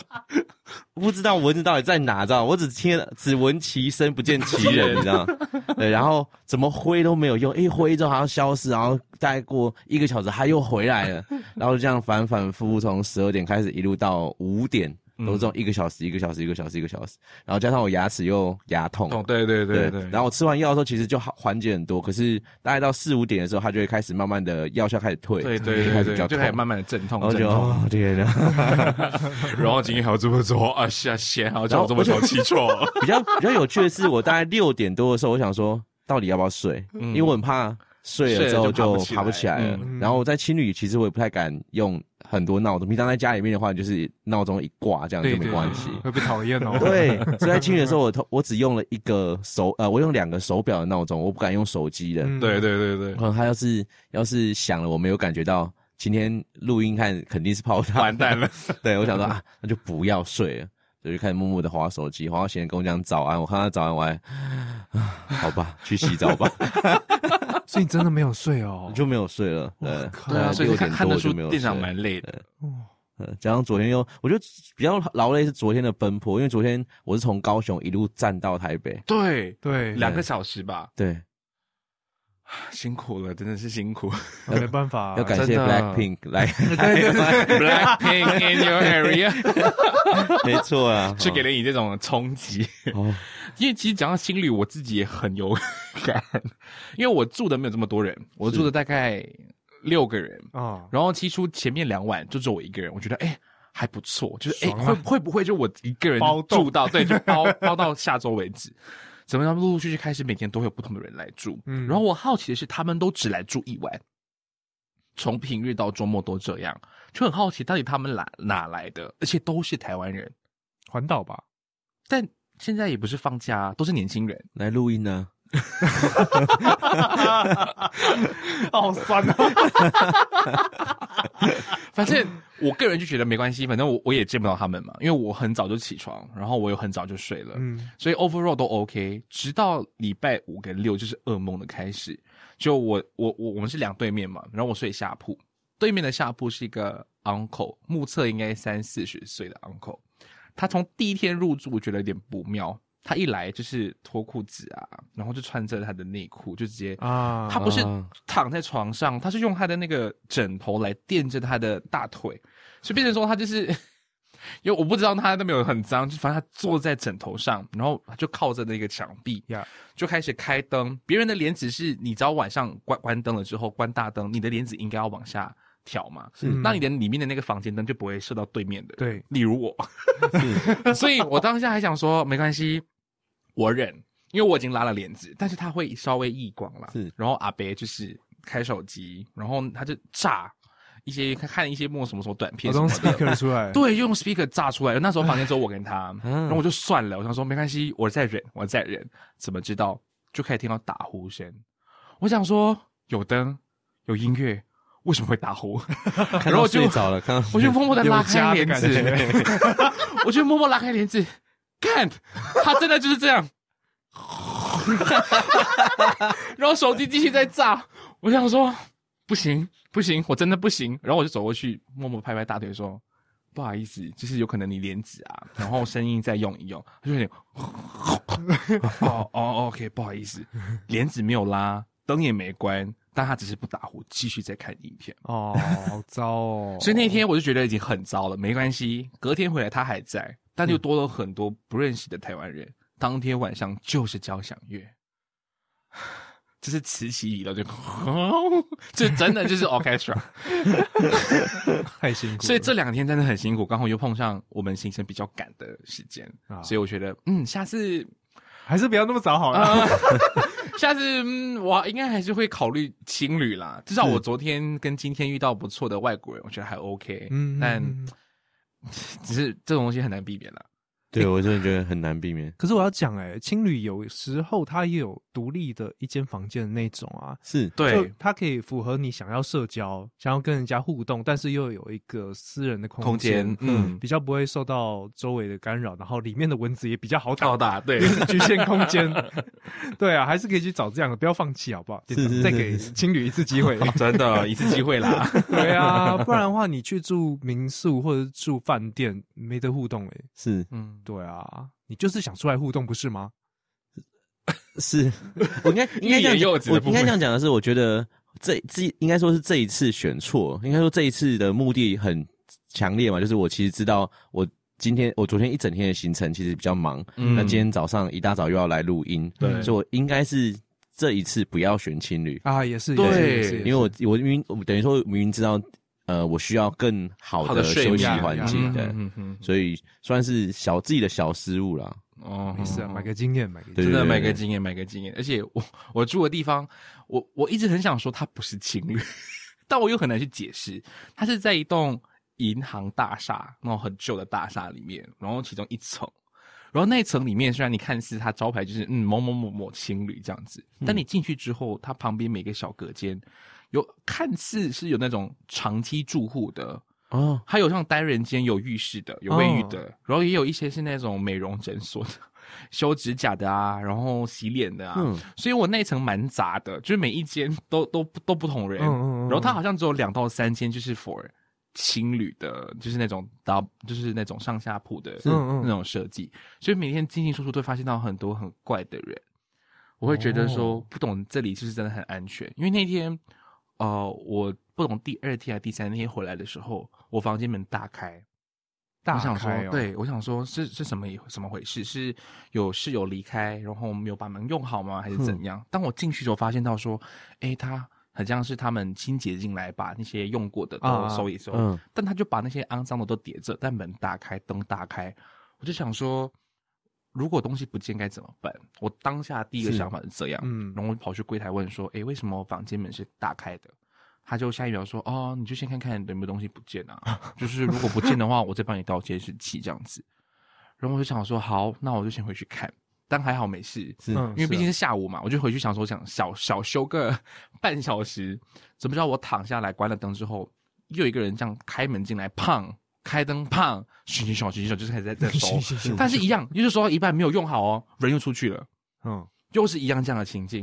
[SPEAKER 2] 不知道蚊子到底在哪，知道吗？我只听只闻其声不见其人，你知道吗？对，然后怎么挥都没有用，一挥之后好像消失，然后大概过一 个小时它又回来了，然后就这样反反复复从十二点开始一路到五点，都是这种一个小时、一个小时、一个小时、一个小时，然后加上我牙齿又牙痛，
[SPEAKER 1] 哦，对对对对，
[SPEAKER 2] 然后我吃完药的时候，其实就好缓解很多，可是大概到四五点的时候，它就会开始慢慢的药效开始退，
[SPEAKER 1] 对
[SPEAKER 2] 就
[SPEAKER 1] 对
[SPEAKER 2] 开
[SPEAKER 1] 对
[SPEAKER 2] 始比
[SPEAKER 1] 对，
[SPEAKER 2] 较
[SPEAKER 1] 就
[SPEAKER 2] 痛，
[SPEAKER 1] 开始慢慢的阵痛
[SPEAKER 2] 然后
[SPEAKER 1] 阵
[SPEAKER 2] 就
[SPEAKER 1] 痛。
[SPEAKER 2] 哦天哪！
[SPEAKER 1] 然后今天还要这么做啊，下线还要叫我这么小气 错，
[SPEAKER 2] 比较比较有趣的是，我大概六点多的时候，我想说到底要不要睡，
[SPEAKER 1] 嗯
[SPEAKER 2] 因为我很怕睡了之后就爬不起来
[SPEAKER 1] 睡了就爬
[SPEAKER 2] 了
[SPEAKER 1] 不
[SPEAKER 3] 起来。嗯
[SPEAKER 2] 然后我在青旅其实我也不太敢用很多闹钟，平常在家里面的话，就是闹钟一挂这样就
[SPEAKER 3] 对
[SPEAKER 2] 没
[SPEAKER 3] 对
[SPEAKER 2] 关
[SPEAKER 3] 对
[SPEAKER 2] 系。
[SPEAKER 3] 会被讨厌哦。
[SPEAKER 2] 对，所以在青旅的时候，我通我只用了一个手呃，我用两个手表的闹钟，我不敢用手机的。
[SPEAKER 3] 嗯
[SPEAKER 1] 对对对 对，
[SPEAKER 2] 嗯，他要是要是响了，我没有感觉到今天录音看肯定是泡汤，
[SPEAKER 1] 完蛋了。
[SPEAKER 2] 对，我想说啊，那就不要睡了，所以就开始默默的划手机，划到贤跟我讲早安，我看他早安，我还啊，好吧，去洗 澡吧，
[SPEAKER 3] 所以你真的没有睡哦
[SPEAKER 2] 我？就没有睡了。
[SPEAKER 3] 我
[SPEAKER 2] 对，
[SPEAKER 3] 靠
[SPEAKER 1] 对啊，
[SPEAKER 3] 呃
[SPEAKER 1] 所以
[SPEAKER 2] 六
[SPEAKER 1] 看
[SPEAKER 2] 点
[SPEAKER 1] 看
[SPEAKER 2] 多
[SPEAKER 1] 得
[SPEAKER 2] 我
[SPEAKER 1] 出
[SPEAKER 2] 就没有
[SPEAKER 1] 店长
[SPEAKER 2] 睡。
[SPEAKER 1] 蛮累的，
[SPEAKER 3] 哦
[SPEAKER 2] 呃加上昨天又，我觉得比较劳累是昨天的奔波，因为昨天我是从高雄一路站到台北，
[SPEAKER 1] 对，
[SPEAKER 3] 对，
[SPEAKER 1] 两个小时吧，
[SPEAKER 2] 对，
[SPEAKER 1] 辛苦了，真的是辛苦。
[SPEAKER 3] 那没办法，啊
[SPEAKER 2] 要感谢
[SPEAKER 1] 啊真的
[SPEAKER 2] Blackpink 来 台
[SPEAKER 1] 对
[SPEAKER 2] 湾，
[SPEAKER 1] Blackpink in your area，
[SPEAKER 2] 没错啊，
[SPEAKER 1] 是给了你这种冲击。
[SPEAKER 2] 哦，
[SPEAKER 1] 因为其实讲到心旅，我自己也很有 感，因为我住的没有这么多人，我住的大概六个人，
[SPEAKER 3] 啊，
[SPEAKER 1] 然后起初前面两晚就只有我一个人，我觉得哎、还不错，就是哎、
[SPEAKER 3] 爽啊
[SPEAKER 1] 会会不会就我一个人
[SPEAKER 3] 包栋
[SPEAKER 1] 住到对， 就包包到下周为止。怎么样？陆陆续续开始每天都会有不同的人来住，
[SPEAKER 3] 嗯
[SPEAKER 1] 然后我好奇的是，他们都只来住一晚，从平日到周末都这样，就很好奇到底他们哪哪来的，而且都是台湾人，
[SPEAKER 3] 环岛吧，
[SPEAKER 1] 但现在也不是放假啊，都是年轻人。
[SPEAKER 2] 来录音呢，
[SPEAKER 3] 好酸啊哦。
[SPEAKER 1] 反正我个人就觉得没关系，反正我我也见不到他们嘛，因为我很早就起床，然后我又很早就睡了，
[SPEAKER 3] 嗯，
[SPEAKER 1] 所以 overall 都 OK。直到礼拜五跟六就是噩梦的开始，就我我我我们是两对面嘛，然后我睡下铺，对面的下铺是一个 uncle，目测应该三四十岁的 uncle，他从第一天入住我觉得有点不妙。他一来就是脱裤子啊，然后就穿着他的内裤，就直接
[SPEAKER 3] 啊
[SPEAKER 1] 他不是
[SPEAKER 2] 啊
[SPEAKER 1] 躺在床上，他是用他的那个枕头来垫着他的大腿，所以变成说他就是， 因为我不知道他那边有很脏，就反正他坐在枕头上，然后就靠着那个墙壁
[SPEAKER 3] 呀
[SPEAKER 1] 就开始开灯。别人的帘子是你只要晚上关关灯了之后关大灯，你的帘子应该要往下调嘛，
[SPEAKER 2] 是
[SPEAKER 1] 那你的里面的那个房间灯就不会射到对面的人，
[SPEAKER 3] 对
[SPEAKER 1] 例如我。 所以我当下还想说，没关系，我忍，因为我已经拉了帘子，但是他会稍微异光啦。
[SPEAKER 2] 是
[SPEAKER 1] 然后阿伯就是开手机，然后他就炸一些看看一些莫什么什么短
[SPEAKER 3] 我
[SPEAKER 1] 片什
[SPEAKER 3] 从
[SPEAKER 1] 么的。
[SPEAKER 3] speaker 出 来，
[SPEAKER 1] 对，用 speaker 炸出来。那时候房间只有我跟他，
[SPEAKER 2] 嗯
[SPEAKER 1] 然后我就算了，我想说没关系，我再忍，我再忍。怎么知道就开始听到打呼声？我想说有灯有音乐，为什么会打呼？
[SPEAKER 2] 看
[SPEAKER 1] 然后
[SPEAKER 2] 到
[SPEAKER 1] 我就
[SPEAKER 2] 睡着了，看到
[SPEAKER 1] 我就默默的拉
[SPEAKER 3] 有家
[SPEAKER 1] 开
[SPEAKER 3] 的
[SPEAKER 1] 帘
[SPEAKER 3] 感
[SPEAKER 1] 子，我就默默拉开帘子，看，他真的就是这样， 然后手机继续在炸，我想说不行不行，我真的不行，然后我就走过去默默拍拍大腿说。不好意思，就是有可能你帘子啊，然后声音再用一用，他就 有点哦哦，OK，不好意思，帘子没有拉，灯也没关，但他只是不打呼，继续在看影片。
[SPEAKER 3] 哦，好糟哦。
[SPEAKER 1] 所以那天我就觉得已经很糟了，没关系，隔天回来他还在，但
[SPEAKER 3] 嗯
[SPEAKER 1] 就多了很多不认识的台湾人。当天晚上就是交响乐，这是此起彼落就， 这真的就是 orchestra。
[SPEAKER 3] 太辛苦了，
[SPEAKER 1] 所以这两天真的很辛苦，刚好又碰上我们行程比较赶的时间，
[SPEAKER 3] 啊
[SPEAKER 1] 所以我觉得，嗯，下次，
[SPEAKER 3] 还是不要那么早好了。
[SPEAKER 1] 呃、 下次、嗯、我应该还是会考虑情侣啦。至少我昨天跟今天遇到不错的外国人，我觉得还 OK。
[SPEAKER 3] 嗯，
[SPEAKER 1] 但
[SPEAKER 3] 嗯嗯
[SPEAKER 1] 只是这种东西很难避免啦。
[SPEAKER 2] 对我真的觉得很难避免。
[SPEAKER 3] 可是我要讲，哎，青旅有时候它也有独立的一间房间的那种啊，
[SPEAKER 2] 是，
[SPEAKER 1] 对
[SPEAKER 3] 就，它可以符合你想要社交、想要跟人家互动，但是又有一个私人的
[SPEAKER 1] 空间
[SPEAKER 3] 间，，
[SPEAKER 1] 嗯，
[SPEAKER 3] 比较不会受到周围的干扰，然后里面的蚊子也比较好
[SPEAKER 1] 到
[SPEAKER 3] 打，
[SPEAKER 1] 哦大对
[SPEAKER 3] 就是局限空间。 对啊，还是可以去找这样的，不要放弃好不好？
[SPEAKER 2] 是
[SPEAKER 3] 店长
[SPEAKER 2] 是
[SPEAKER 3] 再
[SPEAKER 2] 是
[SPEAKER 3] 给
[SPEAKER 2] 是是
[SPEAKER 3] 青旅一次机会。
[SPEAKER 1] 真的一次机会啦。
[SPEAKER 3] 对啊，不然的话，你去住民宿 或者住饭店，没得互动哎、
[SPEAKER 2] 是
[SPEAKER 1] 嗯，
[SPEAKER 3] 对啊，你就是想出来互动不是吗？
[SPEAKER 2] 是，我应该应该这
[SPEAKER 1] 欲言又
[SPEAKER 2] 样
[SPEAKER 1] 止
[SPEAKER 2] 讲，
[SPEAKER 1] 的
[SPEAKER 2] 我
[SPEAKER 1] 部分
[SPEAKER 2] 应该这样讲的是，我觉得这这应该说是这一次选错，应该说这一次的目的很强烈嘛，就是我其实知道我今天我昨天一整天的行程其实比较忙，
[SPEAKER 1] 嗯
[SPEAKER 2] 那今天早上一大早又要来录音，
[SPEAKER 1] 对
[SPEAKER 2] 所以我应该是这一次不要选情侣，
[SPEAKER 3] 啊，也是，
[SPEAKER 1] 对
[SPEAKER 3] 也是也是，
[SPEAKER 2] 因为我我明我等于说我明明知道，呃，我需要更好
[SPEAKER 1] 好
[SPEAKER 2] 的
[SPEAKER 1] 的睡
[SPEAKER 2] 休息
[SPEAKER 1] 眠
[SPEAKER 2] 环
[SPEAKER 3] 呀
[SPEAKER 2] 境，
[SPEAKER 3] 呀
[SPEAKER 2] 对，
[SPEAKER 1] 嗯嗯
[SPEAKER 2] 所以算是小自己的小失误啦。
[SPEAKER 1] 嗯哦
[SPEAKER 3] 没事啊，买个经验，买个
[SPEAKER 2] 对
[SPEAKER 3] 经
[SPEAKER 1] 真
[SPEAKER 3] 验。
[SPEAKER 1] 的买个经验，买个经验。而且我我住的地方，我我一直很想说它不是情侣， 但我又很难去解释。它是在一栋银行大厦，那种很旧的大厦里面，然后其中一层，然后那一层里面虽然你看似它招牌就是嗯某某某某情侣这样子，
[SPEAKER 2] 嗯
[SPEAKER 1] 但你进去之后，它旁边每个小隔间有看似是有那种长期住户的。
[SPEAKER 2] 哦，
[SPEAKER 1] 它有像单人间、有浴室的、有卫浴
[SPEAKER 3] 哦
[SPEAKER 1] 的，然后也有一些是那种美容诊所的， 修指甲的啊，然后洗脸的啊。
[SPEAKER 2] 嗯
[SPEAKER 1] 所以我那一层蛮杂的，就是每一间都都都不同人。
[SPEAKER 3] 嗯嗯
[SPEAKER 1] 然
[SPEAKER 3] 嗯
[SPEAKER 1] 后它好像只有两到三间，就是 for 情侣的，就是那种 dou 就是那种上下铺的
[SPEAKER 3] 嗯嗯
[SPEAKER 1] 那种设计。所以每天进进出出都会发现到很多很怪的人。我会觉得说
[SPEAKER 3] 哦，
[SPEAKER 1] 不懂这里是不是真的很安全？因为那天，呃，我不懂第二天还是第三天回来的时候，我房间门大开，我
[SPEAKER 3] 大
[SPEAKER 1] 想说
[SPEAKER 3] 开哦，，
[SPEAKER 1] 对，我想说是是什么一怎么回事？是有室友离开，然后没有把门用好吗？还是怎样？当我进去的时候，发现到说，诶，他很像是他们清洁进来，把那些用过的
[SPEAKER 3] 啊
[SPEAKER 1] 都
[SPEAKER 3] 啊
[SPEAKER 1] 收一收，
[SPEAKER 2] 嗯
[SPEAKER 1] 但他就把那些肮脏的都叠着，但门打开，灯打开，我就想说，如果东西不见该怎么办？我当下第一个
[SPEAKER 2] 是
[SPEAKER 1] 想法是这样，
[SPEAKER 3] 嗯
[SPEAKER 1] 然后我跑去柜台问说，诶，为什么我房间门是打开的？他就下一秒说：“哦，你就先看看有没有东西不见啊，就是如果不见的话，我再帮你倒监视器这样子。”然后我就想说：“好，那我就先回去看。”但还好没事，
[SPEAKER 2] 是
[SPEAKER 3] 嗯
[SPEAKER 1] 因为毕竟是
[SPEAKER 3] 是
[SPEAKER 1] 下午嘛，我就回去想说想小小休个 半小时。怎么知道我躺下来关了灯之后，又有一个人这样开门进来，胖开灯胖，寻寻小寻寻小，就是开始 在在
[SPEAKER 3] 寻寻
[SPEAKER 1] 收
[SPEAKER 3] 寻，
[SPEAKER 1] 但是一样，又是收到一半没有用好哦，人又出去了。
[SPEAKER 3] 啊嗯，
[SPEAKER 1] 又是一样这样的情境，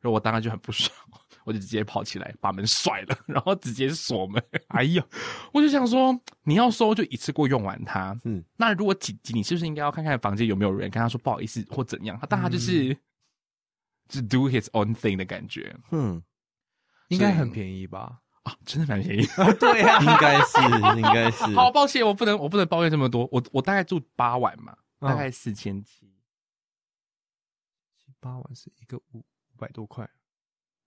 [SPEAKER 1] 然后我当然就很不爽， 我就直接跑起来把门甩了， 然后直接锁 门。哎呀，我就想说，你要收就一次过用完它。
[SPEAKER 2] 嗯，
[SPEAKER 1] 那如果紧急，你是不是应该要看看房间有没有人，跟他说不好意思或怎样？他但他就是、
[SPEAKER 3] 嗯
[SPEAKER 1] 就 do his own thing 的感觉
[SPEAKER 2] 嗯，
[SPEAKER 3] 应该
[SPEAKER 1] 所以
[SPEAKER 3] 很便宜吧？
[SPEAKER 1] 啊，真的蛮便宜。
[SPEAKER 2] 对呀，
[SPEAKER 3] 啊
[SPEAKER 2] 应该是，应该 是，
[SPEAKER 1] 好，抱歉，我不能我不能抱怨这么多。我我大概住八晚嘛，
[SPEAKER 3] 嗯
[SPEAKER 1] 大概四千七。
[SPEAKER 3] 八万是一个五五百多块，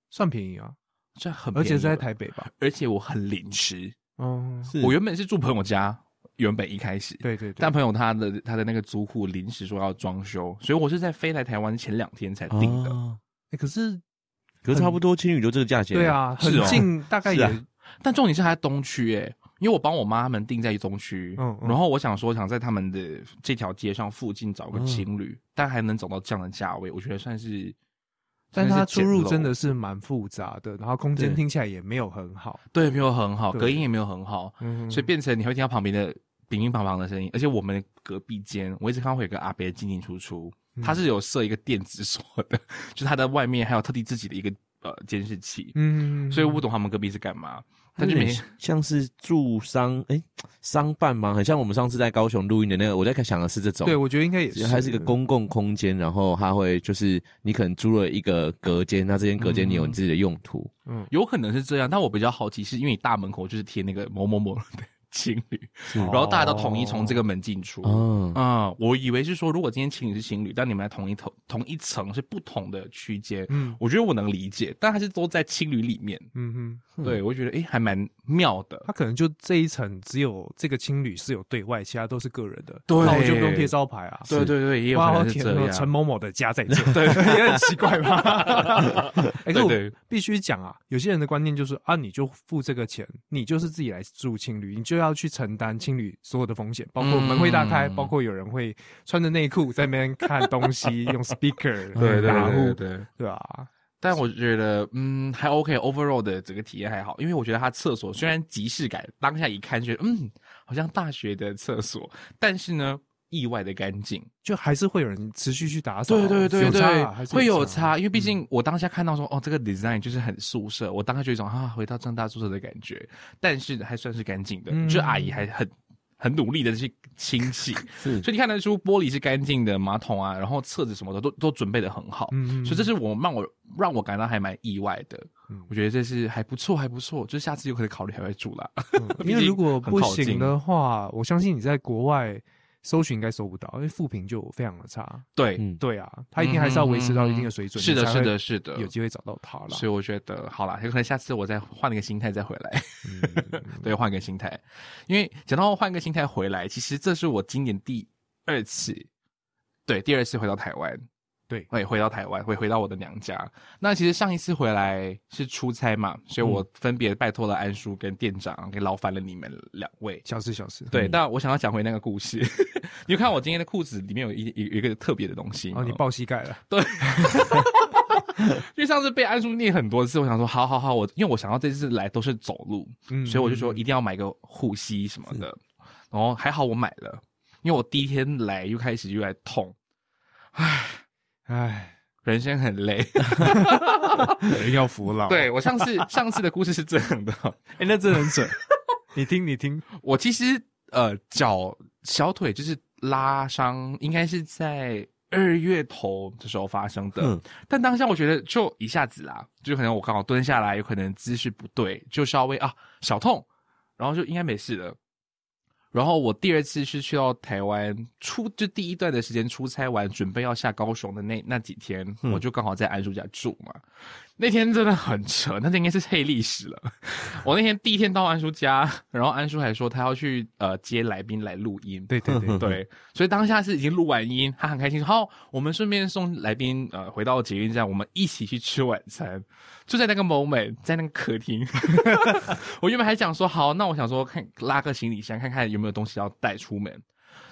[SPEAKER 3] 算便宜啊，
[SPEAKER 1] 这很
[SPEAKER 3] 而
[SPEAKER 1] 便宜
[SPEAKER 3] 且是在
[SPEAKER 1] 吧，
[SPEAKER 3] 台北吧？
[SPEAKER 1] 而且我很临时。
[SPEAKER 3] 嗯，
[SPEAKER 2] 是
[SPEAKER 1] 我原本是住朋友家，原本一开始，
[SPEAKER 3] 对对对
[SPEAKER 1] 但，朋友他的他的那个租户临时说要装修，所以我是在飞来台湾前两天才
[SPEAKER 2] 哦
[SPEAKER 1] 订的。
[SPEAKER 3] 诶欸可是
[SPEAKER 2] 可是差不多情侣就这个价钱，
[SPEAKER 3] 对，啊，
[SPEAKER 1] 是
[SPEAKER 3] 很
[SPEAKER 1] 哦
[SPEAKER 3] 近，大概
[SPEAKER 2] 是
[SPEAKER 3] 也
[SPEAKER 2] 啊
[SPEAKER 1] 但重点是他在东区诶、因为我帮我妈他们订在东区，
[SPEAKER 3] 嗯嗯
[SPEAKER 1] 然后我想说想在他们的这条街上附近找个情侣，
[SPEAKER 3] 嗯
[SPEAKER 1] 但还能找到这样的价位，我觉得算是。
[SPEAKER 3] 但
[SPEAKER 1] 算
[SPEAKER 3] 它
[SPEAKER 1] 是
[SPEAKER 3] 出
[SPEAKER 1] 简
[SPEAKER 3] 入
[SPEAKER 1] 陋
[SPEAKER 3] 真的是蛮复杂的，然后空
[SPEAKER 2] 对
[SPEAKER 3] 间听起来也没有很好，
[SPEAKER 1] 对，没有很好，
[SPEAKER 3] 对
[SPEAKER 1] 隔音也没有很好，
[SPEAKER 3] 嗯，
[SPEAKER 1] 所以变成你会听到旁边的乒乒乓乓的声音，而且我们隔壁间，我一直看到会有个阿伯进进出出，
[SPEAKER 3] 嗯
[SPEAKER 1] 他是有设一个电子锁的， 就是他在外面还有特地自己的一个呃监视器，
[SPEAKER 3] 嗯，
[SPEAKER 1] 所以我不懂他们隔壁是干嘛，
[SPEAKER 2] 它
[SPEAKER 1] 但
[SPEAKER 2] 有
[SPEAKER 1] 就每
[SPEAKER 2] 点
[SPEAKER 1] 天
[SPEAKER 2] 像是住商，哎，商办吗？很像我们上次在高雄录音的那个，我在想的是这种，
[SPEAKER 3] 对，我觉得应该也
[SPEAKER 2] 其实
[SPEAKER 3] 是，
[SPEAKER 2] 它是一个公共空间，然后它会就是你可能租了一个隔间，那这间隔间你有你自己的用途，
[SPEAKER 3] 嗯
[SPEAKER 1] 有可能是这样，但我比较好奇是因为你大门口就是贴那个某某某的情侣，
[SPEAKER 2] 嗯
[SPEAKER 3] 哦
[SPEAKER 1] 然后大家都统一从这个门进出。
[SPEAKER 2] 哦，
[SPEAKER 1] 嗯，我以为是说，如果今天情侣是情侣，但你们在同一头同一层是不同的区间，
[SPEAKER 3] 嗯
[SPEAKER 1] 我觉得我能理解，但还是都在情侣里面。
[SPEAKER 3] 嗯哼，
[SPEAKER 1] 对，我觉得诶、还蛮妙的。
[SPEAKER 3] 它可能就这一层只有这个青旅是有对外，其他都是个人的，
[SPEAKER 1] 对
[SPEAKER 3] 那我就不用贴招牌啊，
[SPEAKER 1] 对对对，也有可
[SPEAKER 3] 哇，我
[SPEAKER 1] 能是
[SPEAKER 3] 填
[SPEAKER 1] 这
[SPEAKER 3] 陈
[SPEAKER 1] 样。
[SPEAKER 3] 某某的家在这，对， 也很奇怪 吧？哎，可
[SPEAKER 1] 对
[SPEAKER 3] 我
[SPEAKER 1] 对
[SPEAKER 3] 必须讲啊，有些人的观念就是啊，你就付这个钱，你就是自己来住青旅，你就要去承担青旅所有的风险，包括门会大开，
[SPEAKER 1] 嗯
[SPEAKER 3] 包括有人会穿着内裤在那边看东西，用 speaker
[SPEAKER 1] 对对
[SPEAKER 3] 打
[SPEAKER 1] 对
[SPEAKER 3] 呼，
[SPEAKER 1] 对。
[SPEAKER 3] 对吧？
[SPEAKER 1] 但我觉得，嗯，还 OK，overall 的整个体验还好，因为我觉得它厕所虽然即视感，当下一看觉得，嗯，好像大学的厕所，但是呢，意外的干净。
[SPEAKER 3] 就还是会有人持续去打扫，
[SPEAKER 1] 对对对
[SPEAKER 3] 有差
[SPEAKER 1] 对
[SPEAKER 3] 啊，还是
[SPEAKER 1] 会有
[SPEAKER 3] 有
[SPEAKER 1] 差，因为毕竟我当下看到说，哦，这个 design 就是很宿舍，我当下就有一种啊，回到正大宿舍的感觉，但是还算是干净的，
[SPEAKER 3] 嗯
[SPEAKER 1] 就阿姨还很很努力的去清洗，
[SPEAKER 2] 是
[SPEAKER 1] 所以你看得出玻璃是干净的，马桶啊，然后厕纸什么的都都准备的很好，
[SPEAKER 3] 嗯嗯
[SPEAKER 1] 所以这是我让我让我感到还蛮意外的，
[SPEAKER 3] 嗯
[SPEAKER 1] 我觉得这是还不错，还不错，就是下次有可能考虑海外住啦。
[SPEAKER 3] 嗯因为如果不行
[SPEAKER 1] 毕竟很
[SPEAKER 3] 的话，我相信你在国外搜寻应该搜不到，因为复评就非常的差。
[SPEAKER 1] 对，
[SPEAKER 2] 嗯，
[SPEAKER 3] 对啊，他一定
[SPEAKER 1] 嗯
[SPEAKER 3] 还是要维持到一定的水准，
[SPEAKER 1] 是的，
[SPEAKER 3] 你才
[SPEAKER 1] 是
[SPEAKER 3] 会
[SPEAKER 1] 的，是的，
[SPEAKER 3] 有机会找到他啦
[SPEAKER 1] 所。以我觉得好啦，有可能下次我再换一个心态再回来，
[SPEAKER 3] 嗯
[SPEAKER 1] 对，换个心态。因为讲到换个心态回来，其实这是我今年第二次，对，第二次回到台湾，
[SPEAKER 3] 对
[SPEAKER 1] 会回到台湾，会回到我的娘家。那其实上一次回来是出差嘛，所以
[SPEAKER 3] 嗯
[SPEAKER 1] 我分别拜托了安叔跟店长，给劳烦了你们两位。
[SPEAKER 3] 小事小事，
[SPEAKER 1] 对，那我想要讲回那个故事。 你有看我今天的裤子里面有一有一个特别的东西嗯吗
[SPEAKER 3] 哦，你抱膝盖了，
[SPEAKER 1] 因为上次被安叔念很多次，我想说，好好好，我因为我想要这次来都是走路，
[SPEAKER 3] 嗯，
[SPEAKER 1] 所以我就说一定要买个护膝什么的。然后还好我买了，因为我第一天来又开始又来痛，
[SPEAKER 3] 哎，
[SPEAKER 1] 人生很累。
[SPEAKER 3] 人要服老，，
[SPEAKER 1] 对我上次上次的故事是这样的，
[SPEAKER 3] 哎，那真的很准。你听，你听，
[SPEAKER 1] 我其实呃脚小腿就是拉伤，应该是在二月头的时候发生的。
[SPEAKER 2] 嗯
[SPEAKER 1] 但当下我觉得就一下子啦，就可能我刚好蹲下来，有可能姿势不对，就稍微啊小痛，然后就应该没事了。然后我第二次是去到台湾出，就第一段的时间出差完，准备要下高雄的那那几天，
[SPEAKER 2] 嗯
[SPEAKER 1] 我就刚好在安叔家住嘛。那天真的很扯，那天应该是黑历史了。我那天第一天到安叔家，然后安叔还说他要去呃接来宾来录音，
[SPEAKER 3] 对对 对，
[SPEAKER 1] 对，所以当下是已经录完音，他很开心说好，我们顺便送来宾呃回到捷运站，我们一起去吃晚餐。就在那个 moment，在那个客厅，我原本还想说好，那我想说看拉个行李箱看看有没有东西要带出门，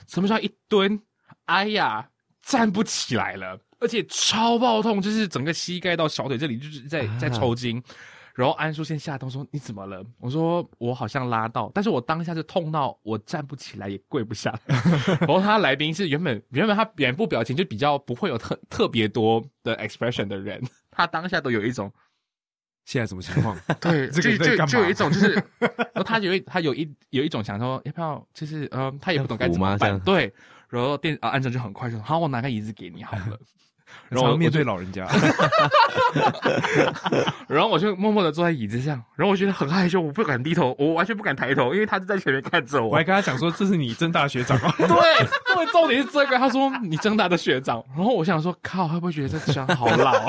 [SPEAKER 1] 什么时候一蹲，哎呀，站不起来了，而且超爆痛，就是整个膝盖到小腿这里就是在在抽筋。然后安叔先吓到说：“你怎么了？”我说：“我好像拉到，但是我当下就痛到我站不起来，也跪不下 来。”然后他来宾是原本原本他脸部表情就比较不会有特特别多的 expression 的人，他当下都有一种
[SPEAKER 3] 现在什么情况？
[SPEAKER 1] 对，
[SPEAKER 3] 这
[SPEAKER 1] 就
[SPEAKER 3] 个在
[SPEAKER 1] 就
[SPEAKER 3] 干嘛
[SPEAKER 1] 就有一种 就是，然后他有一他有一有一种想说要不要，就是嗯，他也不懂该怎
[SPEAKER 2] 要扶
[SPEAKER 1] 么
[SPEAKER 2] 吗这
[SPEAKER 1] 办，
[SPEAKER 2] 样
[SPEAKER 1] 对。然后店啊，安总就很快说：“好，我拿个椅子给你好 了。 然后
[SPEAKER 3] 常
[SPEAKER 1] 我
[SPEAKER 3] 面对
[SPEAKER 1] 就
[SPEAKER 3] 老人家，”
[SPEAKER 1] 然后我就默默的坐在椅子上，然后我觉得很害羞，我不敢低头，我完全不敢抬头，因为他就在前面看着
[SPEAKER 3] 我
[SPEAKER 1] 我
[SPEAKER 3] 还。跟他讲说这是你正大学长，啊
[SPEAKER 1] 对，对，重点是这个。他说你正大的学长，然后我想说，靠，会不会觉得这学长好老、 啊，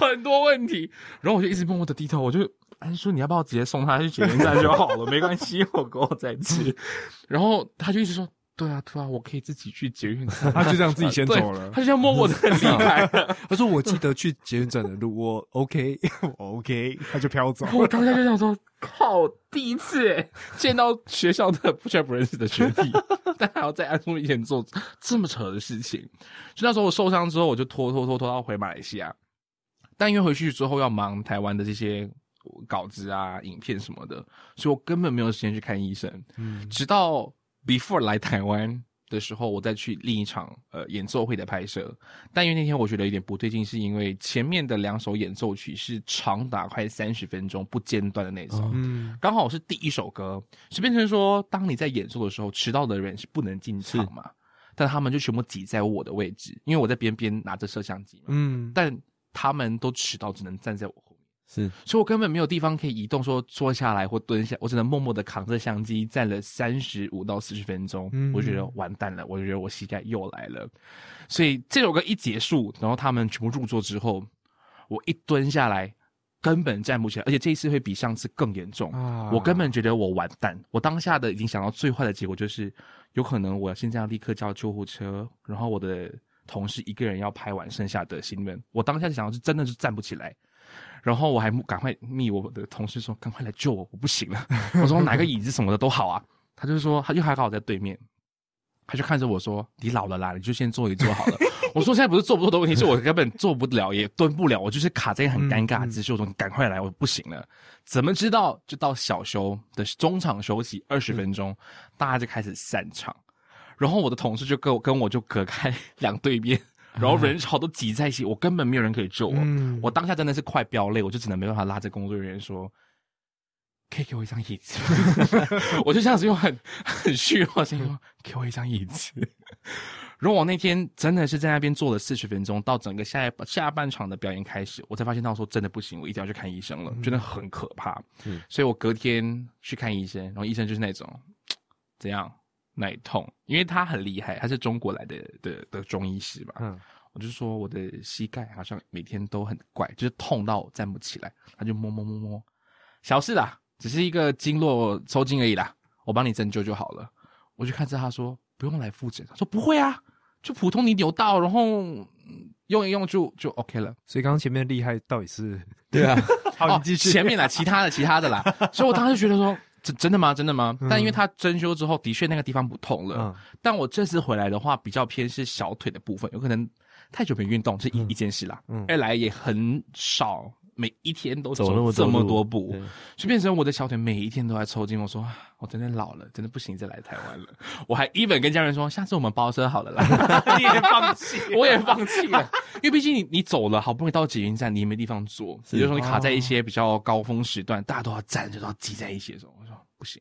[SPEAKER 1] 很多问题。然后我就一直默默的低头，我就安叔，你要不要直接送他去捷运站就好了，没关系，火锅我再吃。 然后他就一直说，对啊，对啊，我可以自己去捷运站。
[SPEAKER 3] 他就这样自己先
[SPEAKER 1] 对
[SPEAKER 3] 走了
[SPEAKER 1] 他。就这样默默的离 开了。
[SPEAKER 3] 他说我记得去捷运站的 路，我 OK，我 OK，他就飘走
[SPEAKER 1] 然。后我当下就想说，靠，第一次欸见到学校的不全不认识的学弟， 但还要在安叔面前做这么扯的事情。所以那时候我受伤之后，我就拖拖拖拖到回马来西亚。但因为回去之后要忙台湾的这些稿子啊、影片什么的，所以我根本没有时间去看医生。
[SPEAKER 3] 嗯，
[SPEAKER 1] 直到 before 来台湾的时候，我再去另一场呃演奏会的拍摄。但因为那天我觉得有点不对劲，是因为前面的两首演奏曲是长达快三十分钟不间断的那种。
[SPEAKER 2] 哦
[SPEAKER 3] 嗯，
[SPEAKER 1] 刚好是第一首歌，是变成说，当你在演奏的时候，迟到的人是不能进场嘛？但他们就全部挤在我的位置，因为我在边边拿着摄像机嘛。
[SPEAKER 3] 嗯，
[SPEAKER 1] 但他们都迟到，只能站在我后面。
[SPEAKER 2] 是
[SPEAKER 1] 所以我根本没有地方可以移动，说坐下来或蹲下，我只能默默的扛着相机站了三十五到四十分钟，
[SPEAKER 3] 嗯
[SPEAKER 1] 我就觉得完蛋了，我就觉得我膝盖又来了。所以这首歌一结束，然后他们全部入座之后，我一蹲下来，根本站不起来，而且这一次会比上次更严重。
[SPEAKER 3] 啊
[SPEAKER 1] 我根本觉得我完蛋，我当下的已经想到最坏的结果就是，有可能我现在要立刻叫救护车，然后我的同事一个人要拍完剩下的新闻，我当下想到是真的是站不起来，然后我还赶快密我的同事说赶快来救我，我不行了， 我说拿个椅子什么的都好啊，他就说他就还好我在对面。他就看着我说：“你老了啦，你就先坐一坐好了。” 我说：“现在不是坐不坐的问题，是我根本坐不了，也蹲不了，我就是卡在一个很尴尬的姿势。我说：“你赶快来，我不行了。”怎么知道？就到小休的中场休息二十分钟，大家就开始散场，然后我的同事就跟我跟我就隔开 两对面，然后人潮都挤在一起，我根本没有人可以救我。
[SPEAKER 3] 嗯
[SPEAKER 1] 我当下真的是快飙泪，我就只能没办法拉着工作人员说。可以给我一张椅子 吗，我就这样子用很很虚弱的声音说：“给我一张椅子。” 如果我那天真的是在那边坐了四十分钟，到整个下一下半场的表演开始，我才发现到说真的不行，我一定要去看医生了，
[SPEAKER 3] 嗯
[SPEAKER 1] 真的很可怕。
[SPEAKER 2] 嗯
[SPEAKER 1] 所以我隔天去看医生，然后医生就是那种怎样奶痛，因为他很厉害，他是中国来的的的中医师吧。
[SPEAKER 3] 嗯，
[SPEAKER 1] 我就说我的膝盖好像每天都很怪，就是痛到我站不起来。他就摸摸摸摸，小事啦，只是一个经络抽筋而已啦，我帮你针灸就好了。我就看着他说不用来复诊，他说不会啊，就普通你扭到，然后嗯用一用就就 OK 了。
[SPEAKER 3] 所以刚刚前面厉害到底是
[SPEAKER 2] 对 啊，
[SPEAKER 3] 好，
[SPEAKER 1] 哦
[SPEAKER 3] 你继，续。
[SPEAKER 1] 前面啦，其他的其他的啦。所以我当时觉得说。真真的吗？真的吗？但因为他针灸之后，的确那个地方不痛了。
[SPEAKER 3] 嗯，
[SPEAKER 1] 但我这次回来的话，比较偏是小腿的部分，有可能太久没运动是一、
[SPEAKER 3] 嗯
[SPEAKER 1] 一件事啦。
[SPEAKER 3] 嗯
[SPEAKER 1] 二来也很少，每一天都
[SPEAKER 2] 走那么
[SPEAKER 1] 这么
[SPEAKER 2] 路
[SPEAKER 1] 多步
[SPEAKER 2] 对，
[SPEAKER 1] 就变成我的小腿每一天都在抽筋。我说啊我真的老了，真的不行，再来台湾了。 我还 even 跟家人说，下次我们包车好了啦。
[SPEAKER 3] 你也放弃，
[SPEAKER 1] 我也放弃了， 因为毕竟你你走了，好不容易到捷运站，你也没地方坐，
[SPEAKER 2] 是
[SPEAKER 1] 有时候你卡在
[SPEAKER 3] 哦
[SPEAKER 1] 一些比较高峰时段，大家都要站着，都要挤在一起的时候，我说不行。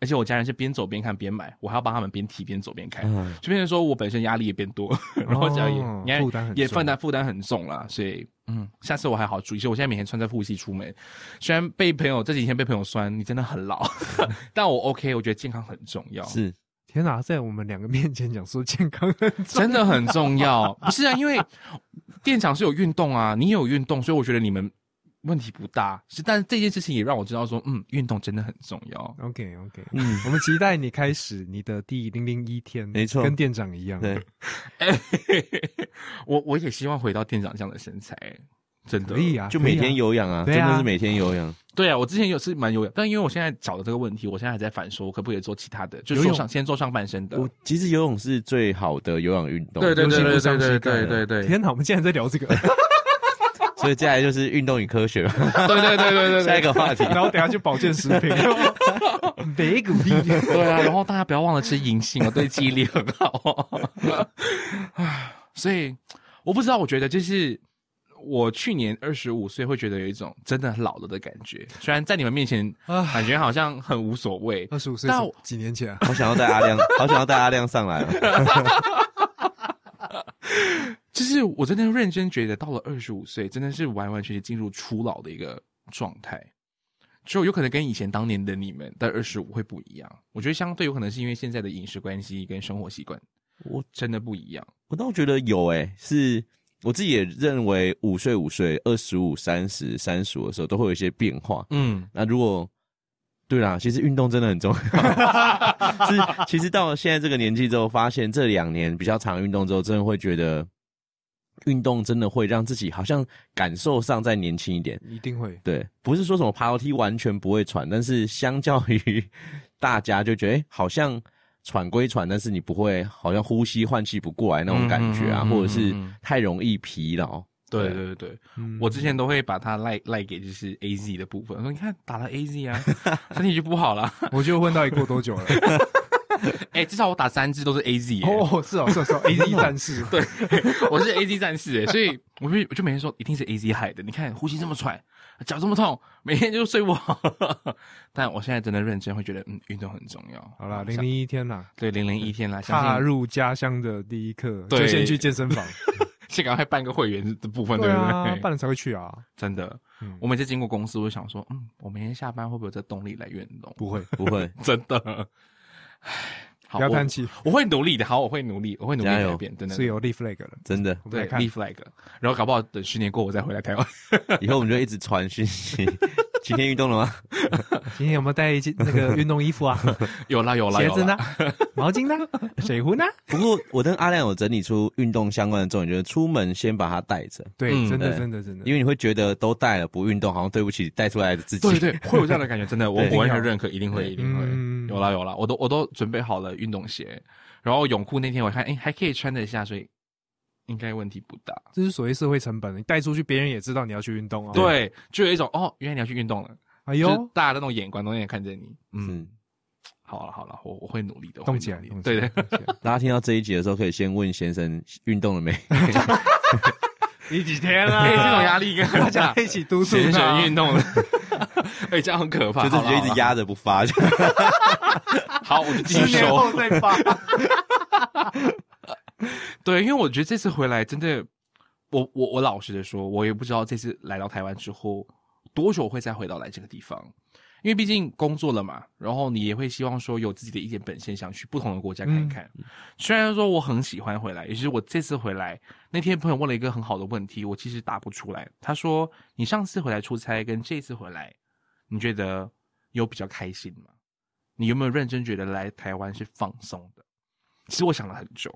[SPEAKER 1] 而且我家人是边走边看边买，我还要帮他们边提边走边看。
[SPEAKER 2] 嗯，
[SPEAKER 1] 就变成说我本身压力也变多，然后加也
[SPEAKER 3] 哦
[SPEAKER 1] 应该
[SPEAKER 3] 负担很
[SPEAKER 1] 也
[SPEAKER 3] 重
[SPEAKER 1] 负担负担很重啦，所以嗯，下次我还好注意一些。我现在每天穿着护膝出门，虽然被朋友这几天被朋友酸，你真的很 老，但我 OK，我觉得健康很重要，
[SPEAKER 2] 是
[SPEAKER 3] 天哪，在我们两个面前讲说健康 很重
[SPEAKER 1] 真的很重要。不是啊，因为店长是有运动啊，你也有运动，所以我觉得你们问题不大。是，但是这件事情也让我知道说，嗯，运动真的很重要。
[SPEAKER 3] 要。OK OK，
[SPEAKER 2] 嗯，
[SPEAKER 3] 我们期待你开始你的第零零一天，
[SPEAKER 2] 没错
[SPEAKER 3] 跟店长一样。
[SPEAKER 2] 对，
[SPEAKER 1] 我我也希望回到店长这样的身材，真的
[SPEAKER 3] 可以啊，
[SPEAKER 2] 就
[SPEAKER 3] 可以
[SPEAKER 2] 每
[SPEAKER 3] 啊
[SPEAKER 2] 天有氧啊，
[SPEAKER 3] 对
[SPEAKER 2] 真
[SPEAKER 3] 啊
[SPEAKER 2] 的是每天有氧，
[SPEAKER 1] 对啊，我之前有是蛮有氧，但因为我现在脚的这个问题，我现在还在反说，我可不可以做其他的，就
[SPEAKER 3] 游
[SPEAKER 1] 是
[SPEAKER 3] 泳
[SPEAKER 1] 做上先做上半身的。
[SPEAKER 2] 我其实游泳是最好的有氧运动，
[SPEAKER 1] 对对
[SPEAKER 3] 尤
[SPEAKER 1] 对
[SPEAKER 3] 其
[SPEAKER 1] 对
[SPEAKER 3] 不伤膝
[SPEAKER 1] 对
[SPEAKER 3] 盖
[SPEAKER 1] 对 对对对
[SPEAKER 3] 天哪，我们竟然在聊这个，
[SPEAKER 2] 所以接下来就是运动与科学嘛，
[SPEAKER 1] 对对对对 对
[SPEAKER 2] 下一个话题，
[SPEAKER 3] 然后等下去保健食 品，没鼓励。
[SPEAKER 1] 对啊！然后大家不要忘了吃银杏哦，对记忆力很好哦。唉所以我不知道，我觉得就是我去年二十五岁会觉得有一种真的老了的感觉，虽然在你们面前
[SPEAKER 3] 啊
[SPEAKER 1] 感觉好像很无所谓，
[SPEAKER 3] 二十五岁
[SPEAKER 1] 但
[SPEAKER 3] 是
[SPEAKER 1] 我
[SPEAKER 3] 几年前啊，
[SPEAKER 2] 好想要带阿亮，好想要带阿亮上来哦，
[SPEAKER 1] 就是我真的认真觉得，到了二十五岁，真的是完完全全进入初老的一个状态。就有可能跟以前当年的你们在二十五会不一样，我觉得相对有可能是因为现在的饮食关系跟生活习惯，
[SPEAKER 2] 我
[SPEAKER 1] 真的不一样。
[SPEAKER 2] 我倒觉得有诶、是我自己也认为五岁、五岁、二十五、三十、三十五的时候都会有一些变化。
[SPEAKER 1] 嗯，
[SPEAKER 2] 那如果对啦，其实运动真的很重要。 是，其实到了现在这个年纪之后，发现这两年比较常运动之后，真的会觉得运动真的会让自己好像感受上再年轻一点。
[SPEAKER 3] 一定会。
[SPEAKER 2] 对，不是说什么爬楼梯完全不会喘，但是相较于 大家就觉得，哎、好像喘归喘，但是你不会好像呼吸换气不过来那种感觉啊，
[SPEAKER 1] 嗯嗯嗯嗯
[SPEAKER 2] 或者是
[SPEAKER 1] 嗯嗯
[SPEAKER 2] 太容易疲劳。
[SPEAKER 1] 对
[SPEAKER 2] 对
[SPEAKER 1] 对对对，
[SPEAKER 3] 嗯
[SPEAKER 1] 我之前都会把它赖赖给就是 A Z 的部分，我说你看打了 A Z 啊， 身体就不好了。
[SPEAKER 3] 我就问到底过多久了？
[SPEAKER 1] 哎、至少我打三支都是 A Z，、欸、
[SPEAKER 3] 哦，是哦，是哦，是哦，A Z 战士，对，
[SPEAKER 1] 我是 A Z 战士哎，所以我就我就每天说一定是 A Z 害的。你看呼吸这么喘，脚这么痛，每天就睡不好。但我现在真的认真会觉得，嗯，运动很重要。
[SPEAKER 3] 好啦，
[SPEAKER 1] 像
[SPEAKER 3] 零零一天啦，
[SPEAKER 1] 对零零一天啦，
[SPEAKER 3] 踏
[SPEAKER 1] 相信
[SPEAKER 3] 入家乡的第一刻，
[SPEAKER 1] 对
[SPEAKER 3] 就先去健身房，
[SPEAKER 1] 先赶快办个会员的部 分，对不
[SPEAKER 3] 啊，
[SPEAKER 1] 对？
[SPEAKER 3] 办了才会去啊，
[SPEAKER 1] 真的
[SPEAKER 3] 嗯，
[SPEAKER 1] 我每次经过公司，我就想说，嗯，我明天下班会不会有这动力来运动？
[SPEAKER 3] 不会，
[SPEAKER 2] 不会，
[SPEAKER 1] 真的，唉，好，
[SPEAKER 3] 不要
[SPEAKER 1] 我
[SPEAKER 3] 叹气，
[SPEAKER 1] 我会努力的。好，我会努力，我会努力
[SPEAKER 2] 加油
[SPEAKER 1] 改变，真的
[SPEAKER 3] 是。有立 flag 了。
[SPEAKER 2] 真的，
[SPEAKER 3] 我们
[SPEAKER 1] 对
[SPEAKER 3] 来看
[SPEAKER 1] 立 flag，然后搞不好等十年过我再回来台湾。
[SPEAKER 2] 以后我们就一直传讯息。 今天运动了吗？
[SPEAKER 3] 今天有没有带一件那个运动衣 服啊？
[SPEAKER 1] 有啦有啦，
[SPEAKER 3] 鞋
[SPEAKER 1] 有
[SPEAKER 3] 子
[SPEAKER 1] 啦
[SPEAKER 3] 呢？毛巾呢？水壶呢？
[SPEAKER 2] 不过我跟阿亮有整理出运动相关的重点，就是出门先把它带着，
[SPEAKER 3] 对，
[SPEAKER 1] 嗯
[SPEAKER 3] 真的，
[SPEAKER 2] 对
[SPEAKER 3] 真的，真的，
[SPEAKER 2] 因为你会觉得都带了不运动，好像对不起带出来的自己。
[SPEAKER 1] 对对，会有这样的感觉，真的，我
[SPEAKER 2] 对
[SPEAKER 1] 我完全认可，一定会，
[SPEAKER 2] 对
[SPEAKER 1] 一定会，
[SPEAKER 3] 嗯
[SPEAKER 1] 有啦有啦，我都我都准备好了运动鞋，然后泳裤那天我看，哎、还可以穿得下，所以应该问题不大。
[SPEAKER 3] 这是所谓社会成本，你带出去，别人也知道你要去运动啊。，
[SPEAKER 1] 对，就有一种哦，原来你要去运动了，
[SPEAKER 3] 哎
[SPEAKER 1] 就是
[SPEAKER 3] 呦，
[SPEAKER 1] 大家的那种眼光都在看着你。嗯，
[SPEAKER 2] 嗯，
[SPEAKER 1] 好了好了，我我会努力的，我会
[SPEAKER 3] 动起来
[SPEAKER 1] 努力，
[SPEAKER 3] 动起来
[SPEAKER 1] 对对，
[SPEAKER 3] 动起 来
[SPEAKER 2] 大家听到这一集的时候，可以先问先生运动了没？
[SPEAKER 3] 你几天
[SPEAKER 1] 哎、这种
[SPEAKER 3] 啊？
[SPEAKER 1] 压力应该
[SPEAKER 3] 大
[SPEAKER 1] 很
[SPEAKER 3] 家
[SPEAKER 1] 大，
[SPEAKER 3] 一起督 促
[SPEAKER 1] 闲
[SPEAKER 3] 他
[SPEAKER 1] 选运动了，哎、这样很可怕，
[SPEAKER 2] 就 是
[SPEAKER 1] 好啦
[SPEAKER 2] 就一直，压着不发，这样
[SPEAKER 1] 好啦好，我就继
[SPEAKER 3] 十
[SPEAKER 1] 续
[SPEAKER 3] 年
[SPEAKER 1] 收。
[SPEAKER 3] 后再发。
[SPEAKER 1] 对，因为我觉得这次回来真的，我我我老实的说，我也不知道这次来到台湾之后多久会再回到来这个地方，因为毕竟工作了嘛，然后你也会希望说有自己的一点本身，想去不同的国家看一看。虽然说我很喜欢回来，也就是我这次回来那天朋友问了一个很好的问题，我其实答不出来。他说：“你上次回来出差跟这次回来，你觉得有比较开心吗？你有没有认真觉得来台湾是放松的？”其实我想了很久，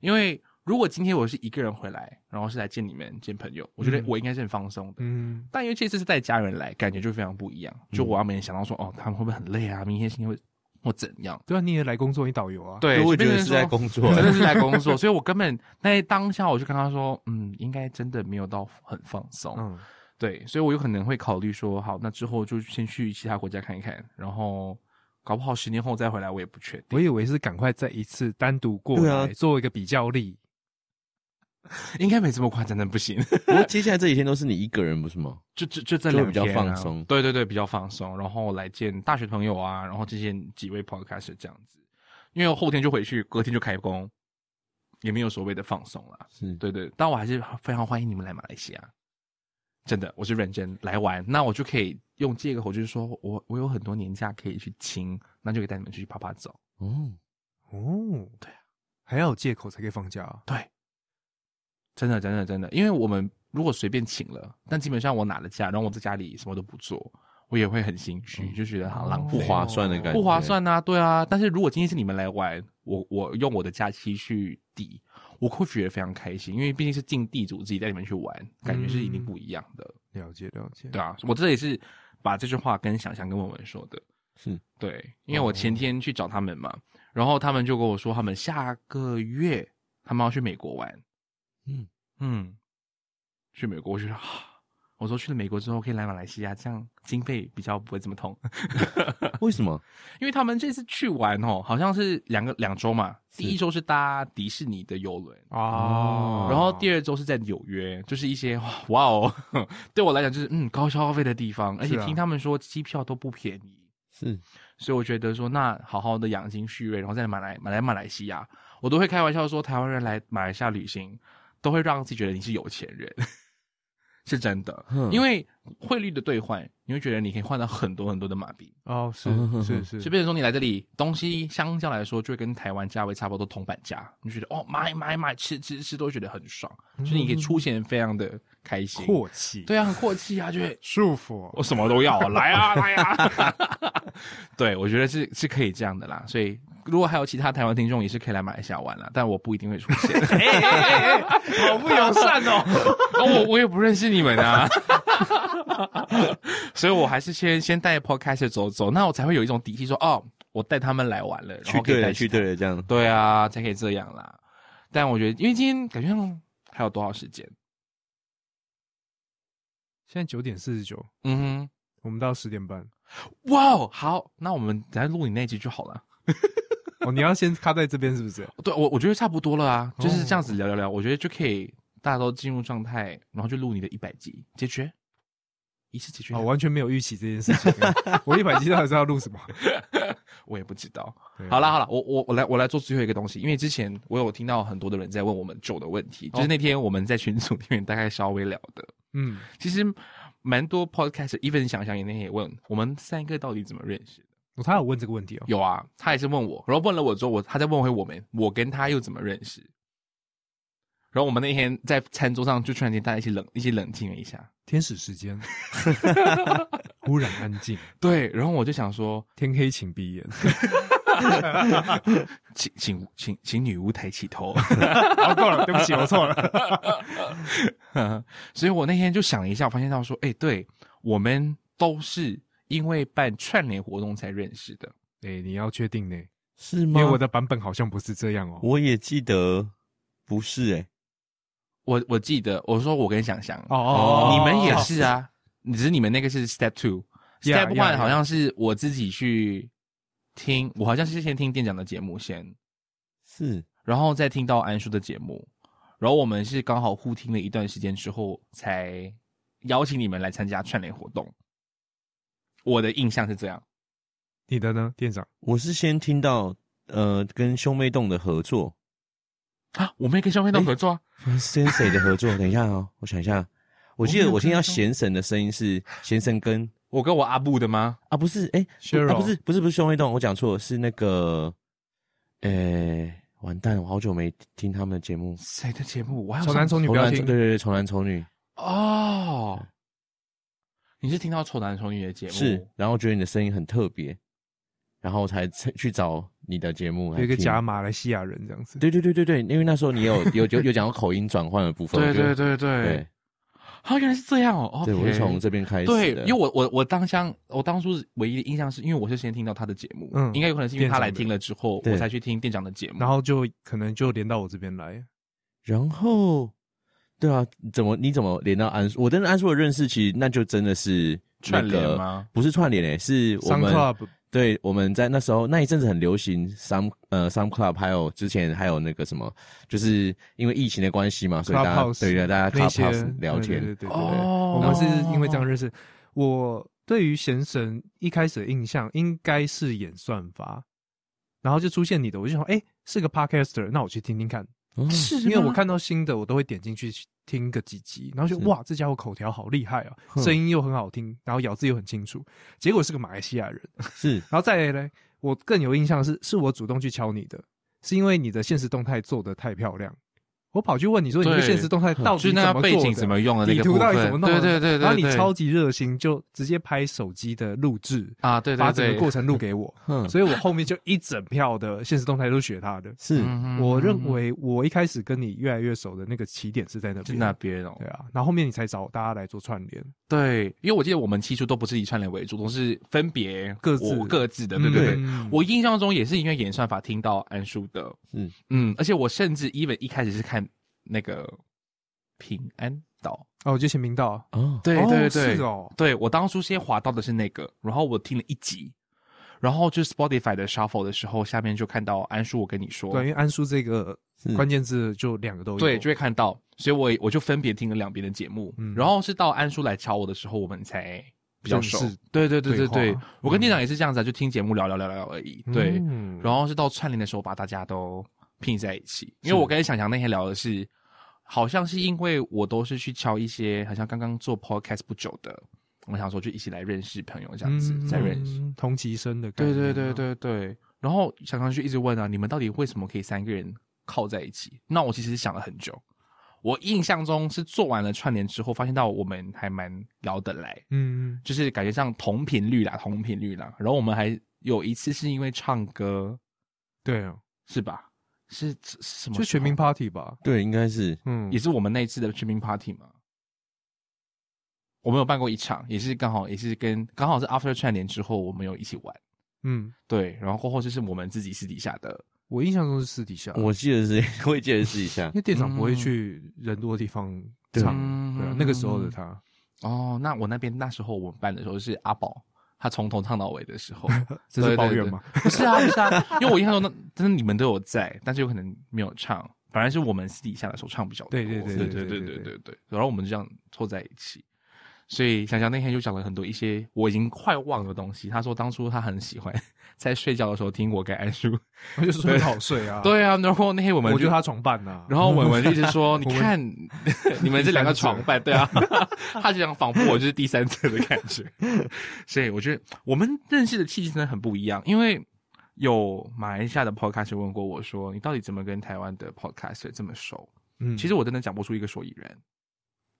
[SPEAKER 1] 因为如果今天我是一个人回来，然后是来见你们、见朋友，我觉得
[SPEAKER 3] 嗯
[SPEAKER 1] 我应该是很放松的。
[SPEAKER 3] 嗯，
[SPEAKER 1] 但因为这次是带家人来，感觉就非常不一样。
[SPEAKER 2] 嗯
[SPEAKER 1] 就我要每天想到说，哦，他们会不会很累啊？明天星期会或怎样？
[SPEAKER 3] 对啊，你也来工作，你导游啊，
[SPEAKER 1] 对，
[SPEAKER 2] 我
[SPEAKER 1] 就
[SPEAKER 2] 觉
[SPEAKER 1] 变
[SPEAKER 2] 得
[SPEAKER 1] 成
[SPEAKER 2] 是在
[SPEAKER 1] 说
[SPEAKER 2] 工作，
[SPEAKER 1] 真的是 来工作，所以我根本那当下我就跟他说，嗯，应该真的没有到很放松，
[SPEAKER 3] 嗯，
[SPEAKER 1] 对，所以我有可能会考虑说，好，那之后就先去其他国家看一看，然后搞不好十年后再回来，我也不确定，
[SPEAKER 3] 我以为是赶快再一次单独过
[SPEAKER 2] 对啊
[SPEAKER 3] 来做一个比较力，
[SPEAKER 1] 应该没这么快，真的不行，
[SPEAKER 2] 不过接下来这几天都是你一个人，不是吗？
[SPEAKER 1] 就就就这
[SPEAKER 2] 就会
[SPEAKER 1] 两
[SPEAKER 2] 比较
[SPEAKER 1] 天啊
[SPEAKER 2] 放松
[SPEAKER 1] 对对对，比较放松，然后来见大学朋友啊，然后这些几位 podcast 这样子，因为我后天就回去，隔天就开工，也没有所谓的放松啦。
[SPEAKER 2] 是，
[SPEAKER 1] 对对，但我还是非常欢迎你们来马来西亚，真的，我是认真来玩，那我就可以用借口，就是说我我有很多年假可以去清，那就可以带你们出去啪啪走。
[SPEAKER 2] 哦，
[SPEAKER 3] 哦，对啊，还要有借口才可以放假啊，
[SPEAKER 1] 对，真的真的真的，因为我们如果随便请了，但基本上我拿了假，然后我在家里什么都不做，我也会很心虚，就觉得好
[SPEAKER 3] 哦
[SPEAKER 1] 浪费，
[SPEAKER 2] 嗯哦啊
[SPEAKER 1] 哦
[SPEAKER 2] 不划算的感觉，
[SPEAKER 1] 不划。算呐、对啊。但是如果今天是你们来玩，我我用我的假期去抵，我会觉得非常开心，因为毕竟是尽地主自己带你们去玩，感觉是一
[SPEAKER 2] 嗯
[SPEAKER 1] 定不一样的。
[SPEAKER 3] 了解了解，
[SPEAKER 1] 对啊，我这也是把这句话跟想象跟文文说的。
[SPEAKER 2] 是
[SPEAKER 1] 对，因为我前天去找他们嘛，然后他们就跟我说，他们下个月他们要去美国玩。
[SPEAKER 2] 嗯
[SPEAKER 1] 嗯，去美国，我就说，啊我说去了美国之后可以来马来西亚，这样经费比较不会这么痛。
[SPEAKER 2] 为什么？
[SPEAKER 1] 因为他们这次去玩哦，好像是两个两周嘛，
[SPEAKER 2] 是
[SPEAKER 1] 第一周是搭迪士尼的游轮，
[SPEAKER 3] 啊，
[SPEAKER 1] 然后
[SPEAKER 3] 二
[SPEAKER 1] 第二周是在纽约，就是一些哇哇哦， 对我来讲就是嗯高消费的地方，而且
[SPEAKER 3] 是啊
[SPEAKER 1] 听他们说机票都不便宜，
[SPEAKER 2] 是
[SPEAKER 1] 所以我觉得说那好好的养精蓄锐，然后再马来马来马来西亚，我都会开玩笑说台湾人来马来西亚旅行都会让自己觉得你是有钱人， 是真的，
[SPEAKER 2] 嗯
[SPEAKER 1] 因为汇率的兑换，你会觉得你可以换到很多很多的马币，
[SPEAKER 3] 哦， 是
[SPEAKER 2] 嗯哼
[SPEAKER 3] 是
[SPEAKER 2] 哼
[SPEAKER 3] 是，
[SPEAKER 1] 就变成说你来这里东西相较来说就会跟台湾价位差不多，铜板价，你就觉得哦买买买吃吃吃都会觉得很爽，
[SPEAKER 3] 嗯
[SPEAKER 1] 所以你可以出钱非常的开心，
[SPEAKER 3] 阔气，，
[SPEAKER 1] 对啊，很阔气啊，就会
[SPEAKER 3] 束缚，
[SPEAKER 1] 我什么都要，来 啊来啊，对我觉得是是可以这样的啦，所以。如果还有其他台湾听众也是可以来马来西亚玩啦，但我不一定会出 现，
[SPEAKER 3] 哎好不友善哦，
[SPEAKER 1] 哦、我我也不认识你们啊， 所以我还是先先带 podcast 走走，那我才会有一种底气说哦，我带他们来玩了，然
[SPEAKER 2] 去
[SPEAKER 1] 后可以
[SPEAKER 2] 对
[SPEAKER 1] 带
[SPEAKER 2] 了，去对了，这样
[SPEAKER 1] 对啊，才可以这样啦。但我觉得，因为今天感觉上还有多少时间？
[SPEAKER 3] 现在九点四十九，
[SPEAKER 1] 嗯
[SPEAKER 3] 我们到十点半，
[SPEAKER 1] 哼，哇哦，好，那我们等下录你那集就好了。
[SPEAKER 3] 哦，你要先卡在这边是 不是？
[SPEAKER 1] 对我，我觉得差不多了啊，
[SPEAKER 3] 哦
[SPEAKER 1] 就是这样子聊聊聊，我觉得就可以大家都进入状态，然后就录你的一百集，解决一次解决。
[SPEAKER 3] 哦，完全没有预期这件事情，啊 我一百集到底是要录什么？
[SPEAKER 1] 我也不知道。
[SPEAKER 3] 对啊
[SPEAKER 1] 好啦，好啦，我我我来我来做最后一个东西，因为之前我有听到很多的人在问我们酒的问题，
[SPEAKER 3] 哦
[SPEAKER 1] 就是那天我们在群组里面大概稍微聊的，
[SPEAKER 3] 嗯，
[SPEAKER 1] 其实蛮多 podcast，even 想想也那天也问我们三个到底怎么认识。
[SPEAKER 3] 哦他有问这个问题哦，
[SPEAKER 1] 有啊，他也是问我，然后问了我之后，我他再问回我们，我跟他又怎么认识？然后我们那天在餐桌上就突然间大家一起冷一起冷静了一下，
[SPEAKER 3] 天使时 间，忽然安静，
[SPEAKER 1] 对，然后我就想说，
[SPEAKER 3] 天黑请闭眼，
[SPEAKER 1] 请请请请女巫抬起头，
[SPEAKER 3] 好哦够了，对不起，我错了，
[SPEAKER 1] 所以我那天就想了一下，我发现到说，哎，对我们都是因为办串联活动才认识的，
[SPEAKER 3] 哎，你要确定呢，
[SPEAKER 2] 是
[SPEAKER 3] 因
[SPEAKER 2] 吗？
[SPEAKER 3] 为我的版本好像不是这样哦，
[SPEAKER 2] 我也记得不是哎，
[SPEAKER 1] 我我记得我说我跟想想，
[SPEAKER 3] 哦哦
[SPEAKER 1] 你们也是啊，只是你们那个是 step two。
[SPEAKER 3] Yeah,
[SPEAKER 1] Step
[SPEAKER 3] yeah,
[SPEAKER 1] one
[SPEAKER 3] yeah.
[SPEAKER 1] 好像是我自己去听，我好像是先听店长的节目先，
[SPEAKER 2] 是
[SPEAKER 1] 然后再听到安叔的节目，然后我们是刚好互听了一段时间之后，才邀请你们来参加串联活动。我的印象是这样，
[SPEAKER 3] 你的呢，店长？
[SPEAKER 2] 我是先听到呃跟兄妹洞的合作，
[SPEAKER 1] 啊，我们也跟消费道合作啊，
[SPEAKER 2] 跟谁的合作？ 等一下哦，我想一下，我记得我听到贤神的声音是贤神跟
[SPEAKER 1] 我跟我阿布的吗？
[SPEAKER 2] 啊，不是，哎、不
[SPEAKER 3] Cheryl
[SPEAKER 2] 啊不是，不是，不是兄妹洞，我讲错了，是那个，呃、完蛋，我好久没听他们的节目，
[SPEAKER 1] 谁的节目？我还有
[SPEAKER 3] 丑
[SPEAKER 1] 上
[SPEAKER 3] 男丑女不
[SPEAKER 2] 啊丑
[SPEAKER 3] 要
[SPEAKER 2] 男
[SPEAKER 3] 听
[SPEAKER 2] 对对，对，丑男丑女
[SPEAKER 1] 哦。你是听到丑男丑女的节目？
[SPEAKER 2] 是，然后觉得你的声音很特别，然后才去找你的节目来
[SPEAKER 3] 有一个
[SPEAKER 2] 听
[SPEAKER 3] 假马来西亚人这样子。
[SPEAKER 2] 对对对对对，因为那时候你有有有有讲到口音转换的部分，
[SPEAKER 1] 对
[SPEAKER 2] 我觉
[SPEAKER 1] 对对
[SPEAKER 2] 得
[SPEAKER 1] 对
[SPEAKER 2] 对，
[SPEAKER 1] 啊，原来是这样哦。
[SPEAKER 2] 对，
[SPEAKER 1] OK
[SPEAKER 2] 我是从这边开始的，
[SPEAKER 1] 对，因为我我我当下我当初唯一的印象是因为我是先听到他的节目，
[SPEAKER 3] 嗯
[SPEAKER 1] 应该有可能是因为他来听了之后，
[SPEAKER 2] 店长的
[SPEAKER 1] 我才去听店长的节目。
[SPEAKER 3] 然后就可能就连到我这边来，
[SPEAKER 2] 然后，对啊，怎么你怎么连到安叔？我跟安叔的认识，其实那就真的是、那
[SPEAKER 1] 串
[SPEAKER 2] 个、
[SPEAKER 1] 联吗？
[SPEAKER 2] 不是串联诶、是我
[SPEAKER 3] Sun
[SPEAKER 2] 们
[SPEAKER 3] Club
[SPEAKER 2] 对我们在那时候那一阵子很流行 some 呃 some club，还有之前还有那个什么，就是因为疫情的关系嘛，所以大家
[SPEAKER 3] Clubhouse，
[SPEAKER 2] 对对大家
[SPEAKER 3] 那些
[SPEAKER 2] clubhouse 聊天，
[SPEAKER 3] 对对对对对
[SPEAKER 1] 哦
[SPEAKER 3] 我们是因为这样认识。我对于贤神一开始的印象应该是演算法，然后就出现你的，我就想，哎、是个 podcaster，那我去听听看。
[SPEAKER 2] 嗯
[SPEAKER 1] 是吗
[SPEAKER 3] 因为我看到新的，我都会点进去听个几集，然后就是哇，这家伙口条好厉害啊，
[SPEAKER 2] 哼
[SPEAKER 3] 声音又很好听，然后咬字又很清楚。结果是个马来西亚人，
[SPEAKER 2] 是
[SPEAKER 3] 然后再来呢，我更有印象的是，是我主动去敲你的，是因为你的现实动态做的太漂亮。我跑去问你说，你
[SPEAKER 1] 对
[SPEAKER 3] 的现实动态到
[SPEAKER 1] 就
[SPEAKER 3] 底
[SPEAKER 1] 是那
[SPEAKER 3] 怎么做
[SPEAKER 1] 个
[SPEAKER 3] 的？
[SPEAKER 1] 背景怎么用的那
[SPEAKER 3] 底
[SPEAKER 1] 个
[SPEAKER 3] 图
[SPEAKER 1] 部
[SPEAKER 3] 到
[SPEAKER 1] 分，
[SPEAKER 3] 底怎么弄
[SPEAKER 1] 对对
[SPEAKER 3] 的？
[SPEAKER 1] 对对，
[SPEAKER 3] 然后你
[SPEAKER 1] 对
[SPEAKER 3] 超级热心，就直接拍手机的录制，
[SPEAKER 1] 啊，对
[SPEAKER 3] 把
[SPEAKER 1] 对
[SPEAKER 3] 整
[SPEAKER 1] 对，嗯
[SPEAKER 3] 个过程录给 我。
[SPEAKER 2] 哼
[SPEAKER 3] 所以我后面就一整票的现实动态都学他的。
[SPEAKER 2] 是、
[SPEAKER 1] 嗯
[SPEAKER 3] 我认为我一开始跟你越来越熟的那个起点是在那
[SPEAKER 1] 是
[SPEAKER 3] 边，
[SPEAKER 1] 那边哦
[SPEAKER 3] 对，啊，然后后面你才找大家来做串联，
[SPEAKER 1] 对，因为我记得我们起初都不是以串联为主，都是分别
[SPEAKER 3] 各自
[SPEAKER 1] 我各自的，对对对。
[SPEAKER 3] 嗯
[SPEAKER 1] 我印象中也是因为演算法听到安叔的，嗯
[SPEAKER 2] 嗯
[SPEAKER 1] 嗯，而且我甚至 even 一开始是看那个平安岛，
[SPEAKER 3] 哦，我就前明道，
[SPEAKER 2] 哦，
[SPEAKER 1] 对对对，
[SPEAKER 3] 哦是哦，
[SPEAKER 1] 对我当初先滑到的是那个，然后我听了一集，然后就 Spotify 的 Shuffle 的时候，下面就看到安叔，我跟你说，
[SPEAKER 3] 对，因为安叔这个
[SPEAKER 2] 是
[SPEAKER 3] 关键字就两个都有，
[SPEAKER 1] 对，就会看到，所以我也我就分别听了两边的节目，
[SPEAKER 3] 嗯
[SPEAKER 1] 然后是到安叔来敲我的时候，我们才比较熟
[SPEAKER 3] 正式。
[SPEAKER 1] 对对对对
[SPEAKER 3] 对
[SPEAKER 1] 对
[SPEAKER 3] 话，
[SPEAKER 1] 我跟店长也是这样子啊，就听节目聊聊聊聊聊而已。对，
[SPEAKER 3] 嗯
[SPEAKER 1] 然后是到串联的时候把大家都拼在一起，因为我跟想想那天聊的是，好像是因为我都是去敲一些，好像刚刚做 podcast 不久的，我想说就一起来认识朋友这样子，再认识。
[SPEAKER 3] 嗯同级生的概
[SPEAKER 1] 对
[SPEAKER 3] 念
[SPEAKER 1] 对
[SPEAKER 3] 啊，
[SPEAKER 1] 对对对。然后想上去一直问啊，你们到底为什么可以三个人靠在一起？那我其实想了很久，我印象中是做完了串联之后，发现到我们还蛮聊得来，
[SPEAKER 3] 嗯，嗯，
[SPEAKER 1] 就是感觉上同频率啦，同频率啦。然后我们还有一次是因为唱歌，
[SPEAKER 3] 对啊，
[SPEAKER 1] 是吧？是是什么时候？啊
[SPEAKER 3] 就全民 party 吧，
[SPEAKER 2] 对，应该是
[SPEAKER 3] 嗯，
[SPEAKER 1] 也是我们那一次的全民 party 嘛。我们有办过一场，也是刚好也是跟刚好是 After 串联之后，我们有一起玩，
[SPEAKER 3] 嗯，
[SPEAKER 1] 对，然后过后就是我们自己私底下的
[SPEAKER 3] 我印象中是私底下，
[SPEAKER 2] 我记得是， 我也记得是一下
[SPEAKER 3] 因，为店长不会去人多的地方
[SPEAKER 2] 对
[SPEAKER 3] 唱，
[SPEAKER 1] 嗯
[SPEAKER 3] 对啊，那个时候的他，
[SPEAKER 1] 哦，那我那边那时候我们办的时候是阿宝，他从头唱到尾的时候，
[SPEAKER 3] 这是抱怨吗？
[SPEAKER 1] 对？对对不 是啊，不是啊，因为我印象中那真的你们都有在，但是有可能没有唱，反而是我们私底下的时候唱比较多。
[SPEAKER 3] 对对对
[SPEAKER 1] 对
[SPEAKER 3] 对
[SPEAKER 1] 对
[SPEAKER 3] 对
[SPEAKER 1] 对
[SPEAKER 3] 对
[SPEAKER 1] 对
[SPEAKER 3] 对
[SPEAKER 1] 对对。然后我们就这样凑在一起，所以想想那天就讲了很多一些我已经快忘的东西。他说当初他很喜欢在睡觉的时候听我跟安叔。
[SPEAKER 3] 我就说好 睡啊，，
[SPEAKER 1] 对啊，然后那天我们
[SPEAKER 3] 我觉
[SPEAKER 1] 就
[SPEAKER 3] 得他床伴呐，
[SPEAKER 1] 然后文文就一直 说：“你
[SPEAKER 3] 文
[SPEAKER 1] 看，你们这两个床伴，对啊， 他就想仿佛我就是第三者的感 觉。”所以我觉得我们认识的契机真的很不一样，因为有马来西亚的 podcast 问过我说：“你到底怎么跟台湾的 podcast 这么熟？”
[SPEAKER 3] 嗯，
[SPEAKER 1] 其实我真的讲不出一个所以然。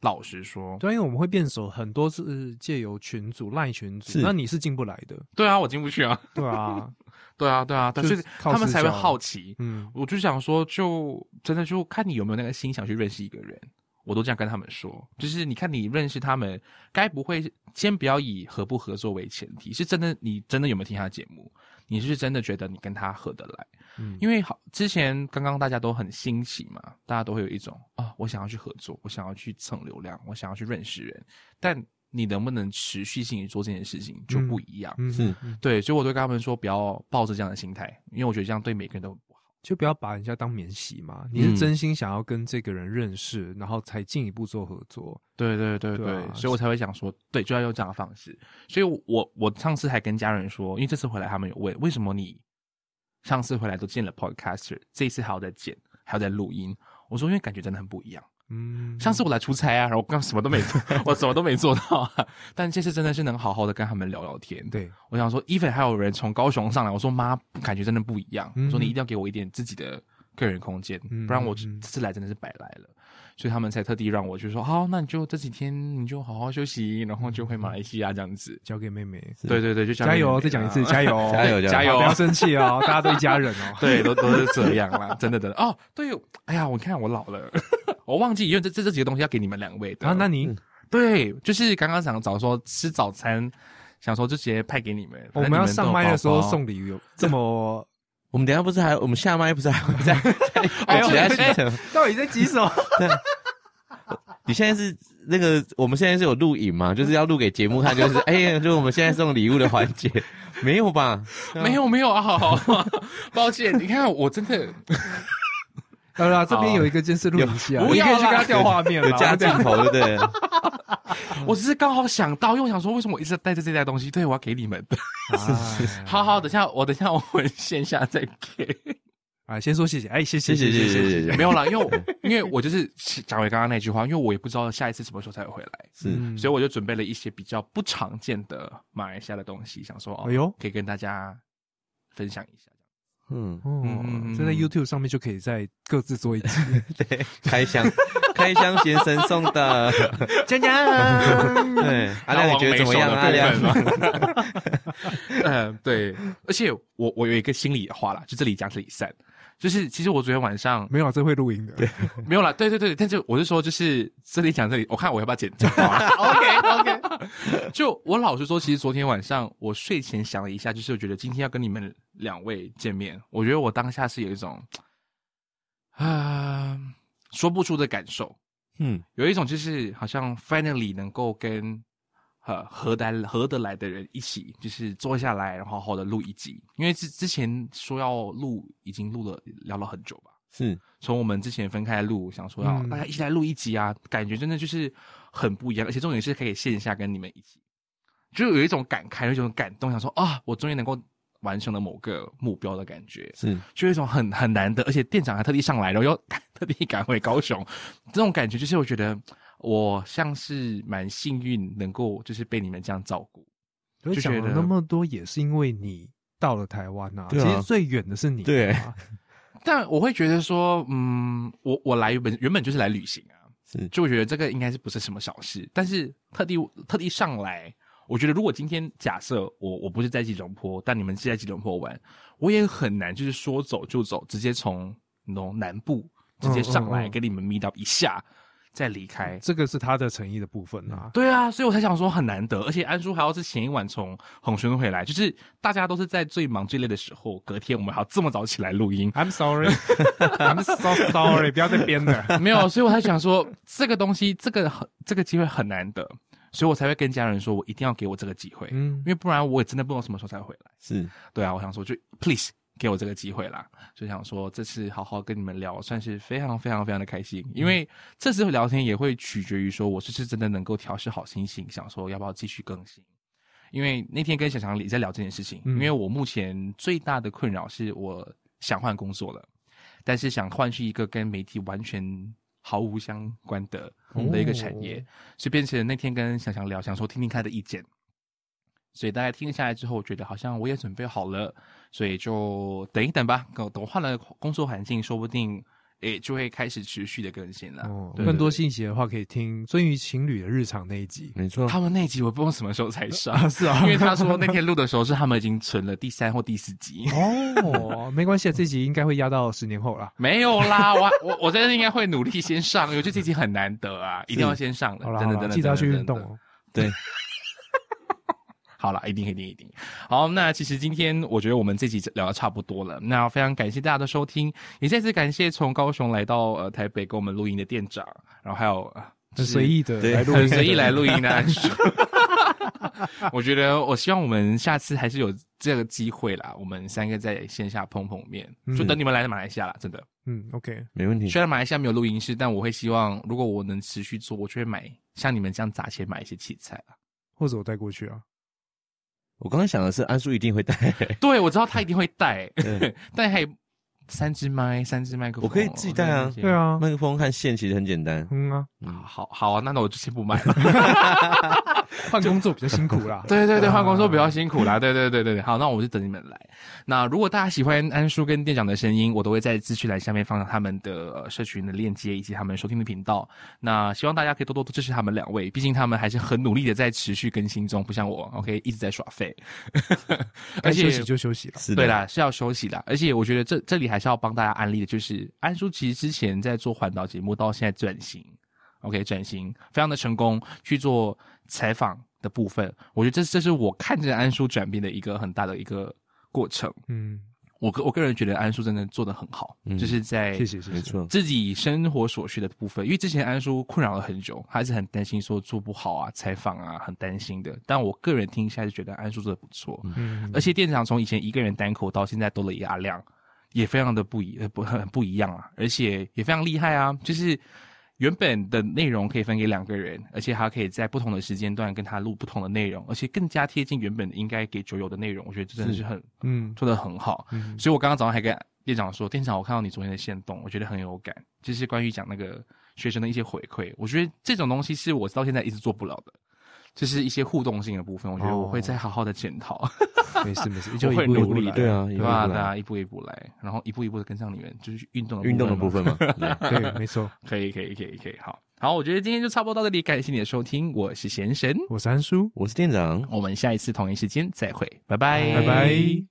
[SPEAKER 1] 老实说，
[SPEAKER 3] 对啊，因为我们会变熟，很多是借由群组、赖群组，
[SPEAKER 2] 是
[SPEAKER 3] 那你是进不来的，
[SPEAKER 1] 对啊，我进不去啊，
[SPEAKER 3] 对啊，
[SPEAKER 1] 对啊，对啊，对啊，
[SPEAKER 3] 就
[SPEAKER 1] 所
[SPEAKER 3] 是
[SPEAKER 1] 以
[SPEAKER 3] 靠
[SPEAKER 1] 他们
[SPEAKER 3] 私
[SPEAKER 1] 才会
[SPEAKER 3] 交
[SPEAKER 1] 好奇。
[SPEAKER 3] 嗯，
[SPEAKER 1] 我就想说，就真的就看你有没有那个心想去认识一个人。我都这样跟他们说，就是你看你认识他们，该不会先不要以合不合作为前提，是真的你真的有没有听他的节目？你是真的觉得你跟他合得来？
[SPEAKER 3] 嗯
[SPEAKER 1] 因为好之前刚刚大家都很新奇嘛，大家都会有一种啊，我想要去合作，我想要去蹭流量，我想要去认识人，但你能不能持续性地做这件事情就不一样。
[SPEAKER 3] 嗯
[SPEAKER 2] 是
[SPEAKER 3] 嗯
[SPEAKER 1] 对，所以我都跟他们说，不要抱着这样的心态，因为我觉得这样对每个人都很不好。
[SPEAKER 3] 就不要把人家当免洗嘛，你是
[SPEAKER 2] 嗯，
[SPEAKER 3] 真心想要跟这个人认识，然后才进一步做合作，
[SPEAKER 1] 对对对对，
[SPEAKER 3] 对啊
[SPEAKER 1] 所以我才会想说，对，就要用这样的方式。所以我，我我上次还跟家人说，因为这次回来他们有问，为什么你上次回来都见了 podcaster，这一次还要再见，还有在录音。我说因为感觉真的很不一样。
[SPEAKER 3] 嗯，
[SPEAKER 1] 上次我来出差啊，然后我刚什么都没做， 我什么都没做到、啊，但这次真的是能好好的跟他们聊聊天。
[SPEAKER 3] 对，
[SPEAKER 1] 我想说，even 还有人从高雄上来，我说妈，感觉真的不一样。
[SPEAKER 3] 嗯
[SPEAKER 1] 我说你一定要给我一点自己的个人空间，
[SPEAKER 3] 嗯
[SPEAKER 1] 不然我这
[SPEAKER 3] 嗯嗯
[SPEAKER 1] 次来真的是白来了。所以他们才特地让我去说，好，那你就这几天你就好好休息，然后就回马来西亚这样子。
[SPEAKER 3] 交给妹妹，
[SPEAKER 1] 对对对，就这样
[SPEAKER 3] 加油！哦再讲一
[SPEAKER 1] 呃
[SPEAKER 3] 次，加油
[SPEAKER 2] 加油
[SPEAKER 1] 啊 加油
[SPEAKER 3] 不要生气哦，大家都一家人哦。
[SPEAKER 1] 对，都都是这样啦，真的真的哦。对，哎呀，我看我老了， 我忘记，因为这这这几个东西要给你们两位的。
[SPEAKER 3] 然后啊那你
[SPEAKER 1] 对，就是刚刚想找说吃早餐，想说就直接派给你们。
[SPEAKER 3] 我
[SPEAKER 1] 反正
[SPEAKER 3] 们要
[SPEAKER 1] 你都有
[SPEAKER 3] 上麦的时候
[SPEAKER 1] 包包
[SPEAKER 3] 送礼有这么，
[SPEAKER 2] 我们等一下不是还我们下麦不是还 会再
[SPEAKER 1] 哎呦
[SPEAKER 2] 我其他行程？
[SPEAKER 3] 到底在急什么？
[SPEAKER 2] 你现在是那个我们现在是有录影嘛？就是要录给节目看， 就是哎呀，就我们现在送礼物的环 节，没有吧？
[SPEAKER 3] 嗯
[SPEAKER 1] 没有没有啊， 好好好抱歉，你看我真的
[SPEAKER 3] 好啦，这边有一个监视录影器啊，
[SPEAKER 1] 不
[SPEAKER 3] 你
[SPEAKER 1] 要
[SPEAKER 3] 可以去
[SPEAKER 1] 啦
[SPEAKER 3] 跟他调画面
[SPEAKER 2] 有
[SPEAKER 3] 啦。
[SPEAKER 2] 加
[SPEAKER 3] 我
[SPEAKER 2] 镜
[SPEAKER 3] 们
[SPEAKER 2] 头，对不对？
[SPEAKER 1] 我只是刚好想到，又想说为什么我一直带着这袋东西？对，我要给你们的。
[SPEAKER 3] 嗯这样，
[SPEAKER 1] 好好，等一下我等一下我们线下再 给。
[SPEAKER 3] 啊，先说谢谢，哎，谢谢
[SPEAKER 2] 谢谢
[SPEAKER 3] 谢
[SPEAKER 2] 谢谢谢谢
[SPEAKER 1] 没有啦，因为我因为我就是讲回刚刚那句话，因为我也不知道下一次什么时候才会回来，
[SPEAKER 2] 是
[SPEAKER 3] 嗯
[SPEAKER 1] 所以我就准备了一些比较不常见的马来西亚的东西，想说哦，
[SPEAKER 3] 哎呦
[SPEAKER 1] 可以跟大家分享一下。
[SPEAKER 2] 嗯，
[SPEAKER 3] 哦
[SPEAKER 1] 嗯嗯嗯，
[SPEAKER 3] 这在 YouTube 上面就可以再各自做一集。
[SPEAKER 2] 对，开 箱，开箱先生送的，
[SPEAKER 3] 江江，
[SPEAKER 2] 对，阿亮你觉得怎么样？啊阿 亮，
[SPEAKER 1] 嗯，对，而且我我有一个心里话啦，就这里讲这里散，就是其实我昨天晚上
[SPEAKER 3] 没有啊，这会录影的。对，
[SPEAKER 1] 没有啦，对对对，但是我是说，就是这里讲这里，我看我要不要剪掉、啊
[SPEAKER 3] OK
[SPEAKER 2] 哦
[SPEAKER 3] OK，
[SPEAKER 1] 就我老实说，其实昨天晚上我睡前想了一下，就是我觉得今天要跟你们两位见面，我觉得我当下是有一种啊、说不出的感受，
[SPEAKER 2] 嗯，
[SPEAKER 1] 有一种就是好像 finally 能够跟呃合得合得来的人一起，就是坐下来，然后好好的录一集，因为之之前说要录，已经录了聊了很久吧。
[SPEAKER 2] 是
[SPEAKER 1] 从我们之前分开录，想说要
[SPEAKER 3] 嗯
[SPEAKER 1] 大家一起来录一集啊，感觉真的就是很不一样，而且重点是可以线下跟你们一起，就有一种感慨，有一种感动，想说啊，我终于能够完成了某个目标的感觉，
[SPEAKER 2] 是，
[SPEAKER 1] 就有一种很很难得，而且店长还特地上来，然后又特地赶回高雄，这种感觉就是我觉得我像是蛮幸运，能够就是被你们这样照顾，
[SPEAKER 3] 我
[SPEAKER 1] 就
[SPEAKER 3] 讲
[SPEAKER 1] 觉
[SPEAKER 3] 了
[SPEAKER 1] 得
[SPEAKER 3] 那么多，也是因为你到了台湾啊。其
[SPEAKER 2] 对啊
[SPEAKER 3] 实最远的是你啊。
[SPEAKER 2] 对
[SPEAKER 1] 但我会觉得说，嗯，我我来原本原本就是来旅行啊，
[SPEAKER 2] 是
[SPEAKER 1] 就我觉得这个应该是不是什么小事，但是特地特地上来，我觉得如果今天假设我我不是在吉隆坡，但你们是在吉隆坡玩，我也很难就是说走就走，直接从你懂南部直接上
[SPEAKER 3] 嗯
[SPEAKER 1] 来
[SPEAKER 3] 嗯嗯
[SPEAKER 1] 跟你们 meet up 一下，再离开。
[SPEAKER 3] 这个是他的诚意的部分啊。
[SPEAKER 1] 对啊，所以我才想说很难得，而且安叔还要是前一晚从红轩回来，就是大家都是在最忙最累的时候，隔天我们还要这么早起来录音，
[SPEAKER 3] I'm sorry, I'm so sorry，不要再编了。
[SPEAKER 1] 没有，所以我才想说，这个东西，这个很这个机会很难得，所以我才会跟家人说，我一定要给我这个机会，
[SPEAKER 3] 嗯
[SPEAKER 1] 因，为不然我也真的不知道什么时候才回来。
[SPEAKER 2] 是，
[SPEAKER 1] 对啊，我想说就 please 给我这个机会啦，就想说这次好好跟你们聊，算是非常非常非常的开心，
[SPEAKER 3] 嗯
[SPEAKER 1] 因为这次聊天也会取决于说我是不是真的能够调试好心情，想说要不要继续更新。因为那天跟小强也在聊这件事情，
[SPEAKER 3] 嗯
[SPEAKER 1] 因为我目前最大的困扰是我想换工作了，但是想换去一个跟媒体完全毫无相关的的一个产业，
[SPEAKER 3] 哦
[SPEAKER 1] 所以变成那天跟小强聊，想说听听他的意见。所以大家听下来之后，我觉得好像我也准备好了，所以就等一等吧。等等换了工作环境，说不定诶就会开始持续的更新了。
[SPEAKER 3] 哦，
[SPEAKER 1] 对
[SPEAKER 3] 更多
[SPEAKER 1] 对
[SPEAKER 3] 细节的话可以听《尊于情侣的日常》那一集。
[SPEAKER 2] 没错
[SPEAKER 1] 对，他们那集我不知道什么时候才上，
[SPEAKER 3] 是啊
[SPEAKER 1] 因为他说那天录的时候是他们已经存了第三或第四集。
[SPEAKER 3] 哦，没关系，这集应该会压到十年后啦。
[SPEAKER 1] 没有啦，我我我真的应该会努力先上，因为我觉得这集很难得啊，一定要先上的
[SPEAKER 3] 好，啦，
[SPEAKER 1] 真
[SPEAKER 3] 好
[SPEAKER 1] 的
[SPEAKER 3] 啦
[SPEAKER 1] 真的。
[SPEAKER 3] 记得要去
[SPEAKER 1] 真的
[SPEAKER 3] 运动。
[SPEAKER 1] 真的
[SPEAKER 3] 哦。
[SPEAKER 2] 对，
[SPEAKER 1] 好了，一定一定一定。好，那其实今天我觉得我们这集聊的差不多了，那非常感谢大家的收听，也再次感谢从高雄来到呃台北跟我们录音的店长，然后还有呃
[SPEAKER 3] 很
[SPEAKER 1] 是
[SPEAKER 3] 随意的
[SPEAKER 2] 对
[SPEAKER 3] 来录音，
[SPEAKER 1] 很随意来录音的安叔。我觉得，我希望我们下次还是有这个机会啦，我们三个在线下碰碰面，
[SPEAKER 3] 嗯
[SPEAKER 1] 就等你们来马来西亚啦，真的。
[SPEAKER 3] 嗯，OK，
[SPEAKER 2] 没问题，
[SPEAKER 1] 虽然马来西亚没有录音室，但我会希望，如果我能持续做，我就会买像你们这样砸钱买一些器材啦。
[SPEAKER 3] 或者我带过去啊。
[SPEAKER 2] 我刚刚想的是安叔一定会带，
[SPEAKER 1] 对，我知道他一定会带
[SPEAKER 2] 对，
[SPEAKER 1] 但还三支麦，三支麦克风，
[SPEAKER 2] 我可以自己带啊
[SPEAKER 1] 哦
[SPEAKER 3] 对，啊，
[SPEAKER 2] 麦克风和线其实很简单，
[SPEAKER 3] 嗯 啊，
[SPEAKER 1] 那好好好啊，那那我就先不买了。。
[SPEAKER 3] 换工作比较辛苦啦
[SPEAKER 1] 对对对，换工作比较
[SPEAKER 3] 啊
[SPEAKER 1] 辛苦啦。对对对对对，好，那我就等你们来。那如果大家喜欢安叔跟店长的声音，我都会在资讯栏下面放上他们的、呃社群的链接以及他们收听的频道。那希望大家可以多多支持他们两位，毕竟他们还是很努力的在持续更新中，不像我，OK，一直在耍废。 而
[SPEAKER 3] 该
[SPEAKER 1] 且
[SPEAKER 3] 休息就休息了。
[SPEAKER 2] 是的，
[SPEAKER 1] 对啦，是要休息啦。而且我觉得这这里还是要帮大家安利的，就是安叔其实之前在做环岛节目，到现在转型，OK，转型非常的成功，去做采访的部分，我觉得这这是我看着安叔转变的一个很大的一个过程。
[SPEAKER 3] 嗯，
[SPEAKER 1] 我个我个人觉得安叔真的做的很好，
[SPEAKER 2] 嗯
[SPEAKER 1] 就是在
[SPEAKER 3] 谢谢谢
[SPEAKER 2] 没
[SPEAKER 3] 谢。
[SPEAKER 2] 错，
[SPEAKER 1] 自己生活所需的部分，因为之前安叔困扰了很久，他是很担心说做不好啊，采访啊，很担心的。但我个人听下来就觉得安叔做的不错，
[SPEAKER 3] 嗯，
[SPEAKER 1] 而且店长从以前一个人单口到现在多了一个阿亮，也非常的不一呃不很不一样啊，而且也非常厉害啊，就是。原本的内容可以分给两个人，而且他可以在不同的时间段跟他录不同的内容，而且更加贴近原本应该给酒友的内容。我觉得这真的是很
[SPEAKER 3] 嗯
[SPEAKER 1] 做的很好。
[SPEAKER 3] 嗯，
[SPEAKER 1] 所以我刚刚早上还跟店长说，店长，我看到你昨天的线动，我觉得很有感，就是关于讲那个学生的一些回馈，我觉得这种东西是我到现在一直做不了的，就是一些互动性的部分，我觉得我会再好好的检讨，
[SPEAKER 3] 没事 没事，就
[SPEAKER 1] 我
[SPEAKER 3] 一
[SPEAKER 1] 会
[SPEAKER 3] 步一
[SPEAKER 1] 努
[SPEAKER 3] 步
[SPEAKER 1] 力
[SPEAKER 3] 来。
[SPEAKER 2] 对啊，一
[SPEAKER 1] 对
[SPEAKER 2] 步一步
[SPEAKER 1] 吧？
[SPEAKER 2] 来
[SPEAKER 1] 大家一步一步来，然后一步一步的跟上你们，就是运动
[SPEAKER 2] 运动的部
[SPEAKER 1] 嘛
[SPEAKER 2] 分嘛，对
[SPEAKER 3] 对，没错。
[SPEAKER 1] 可以，可以，可以，可以，好，好，我觉得今天就差不多到这里，感谢你的收听，我是贤神，
[SPEAKER 3] 我是安叔，
[SPEAKER 2] 我是店长，
[SPEAKER 1] 我们下一次同一时间再会，拜拜，
[SPEAKER 3] 拜拜。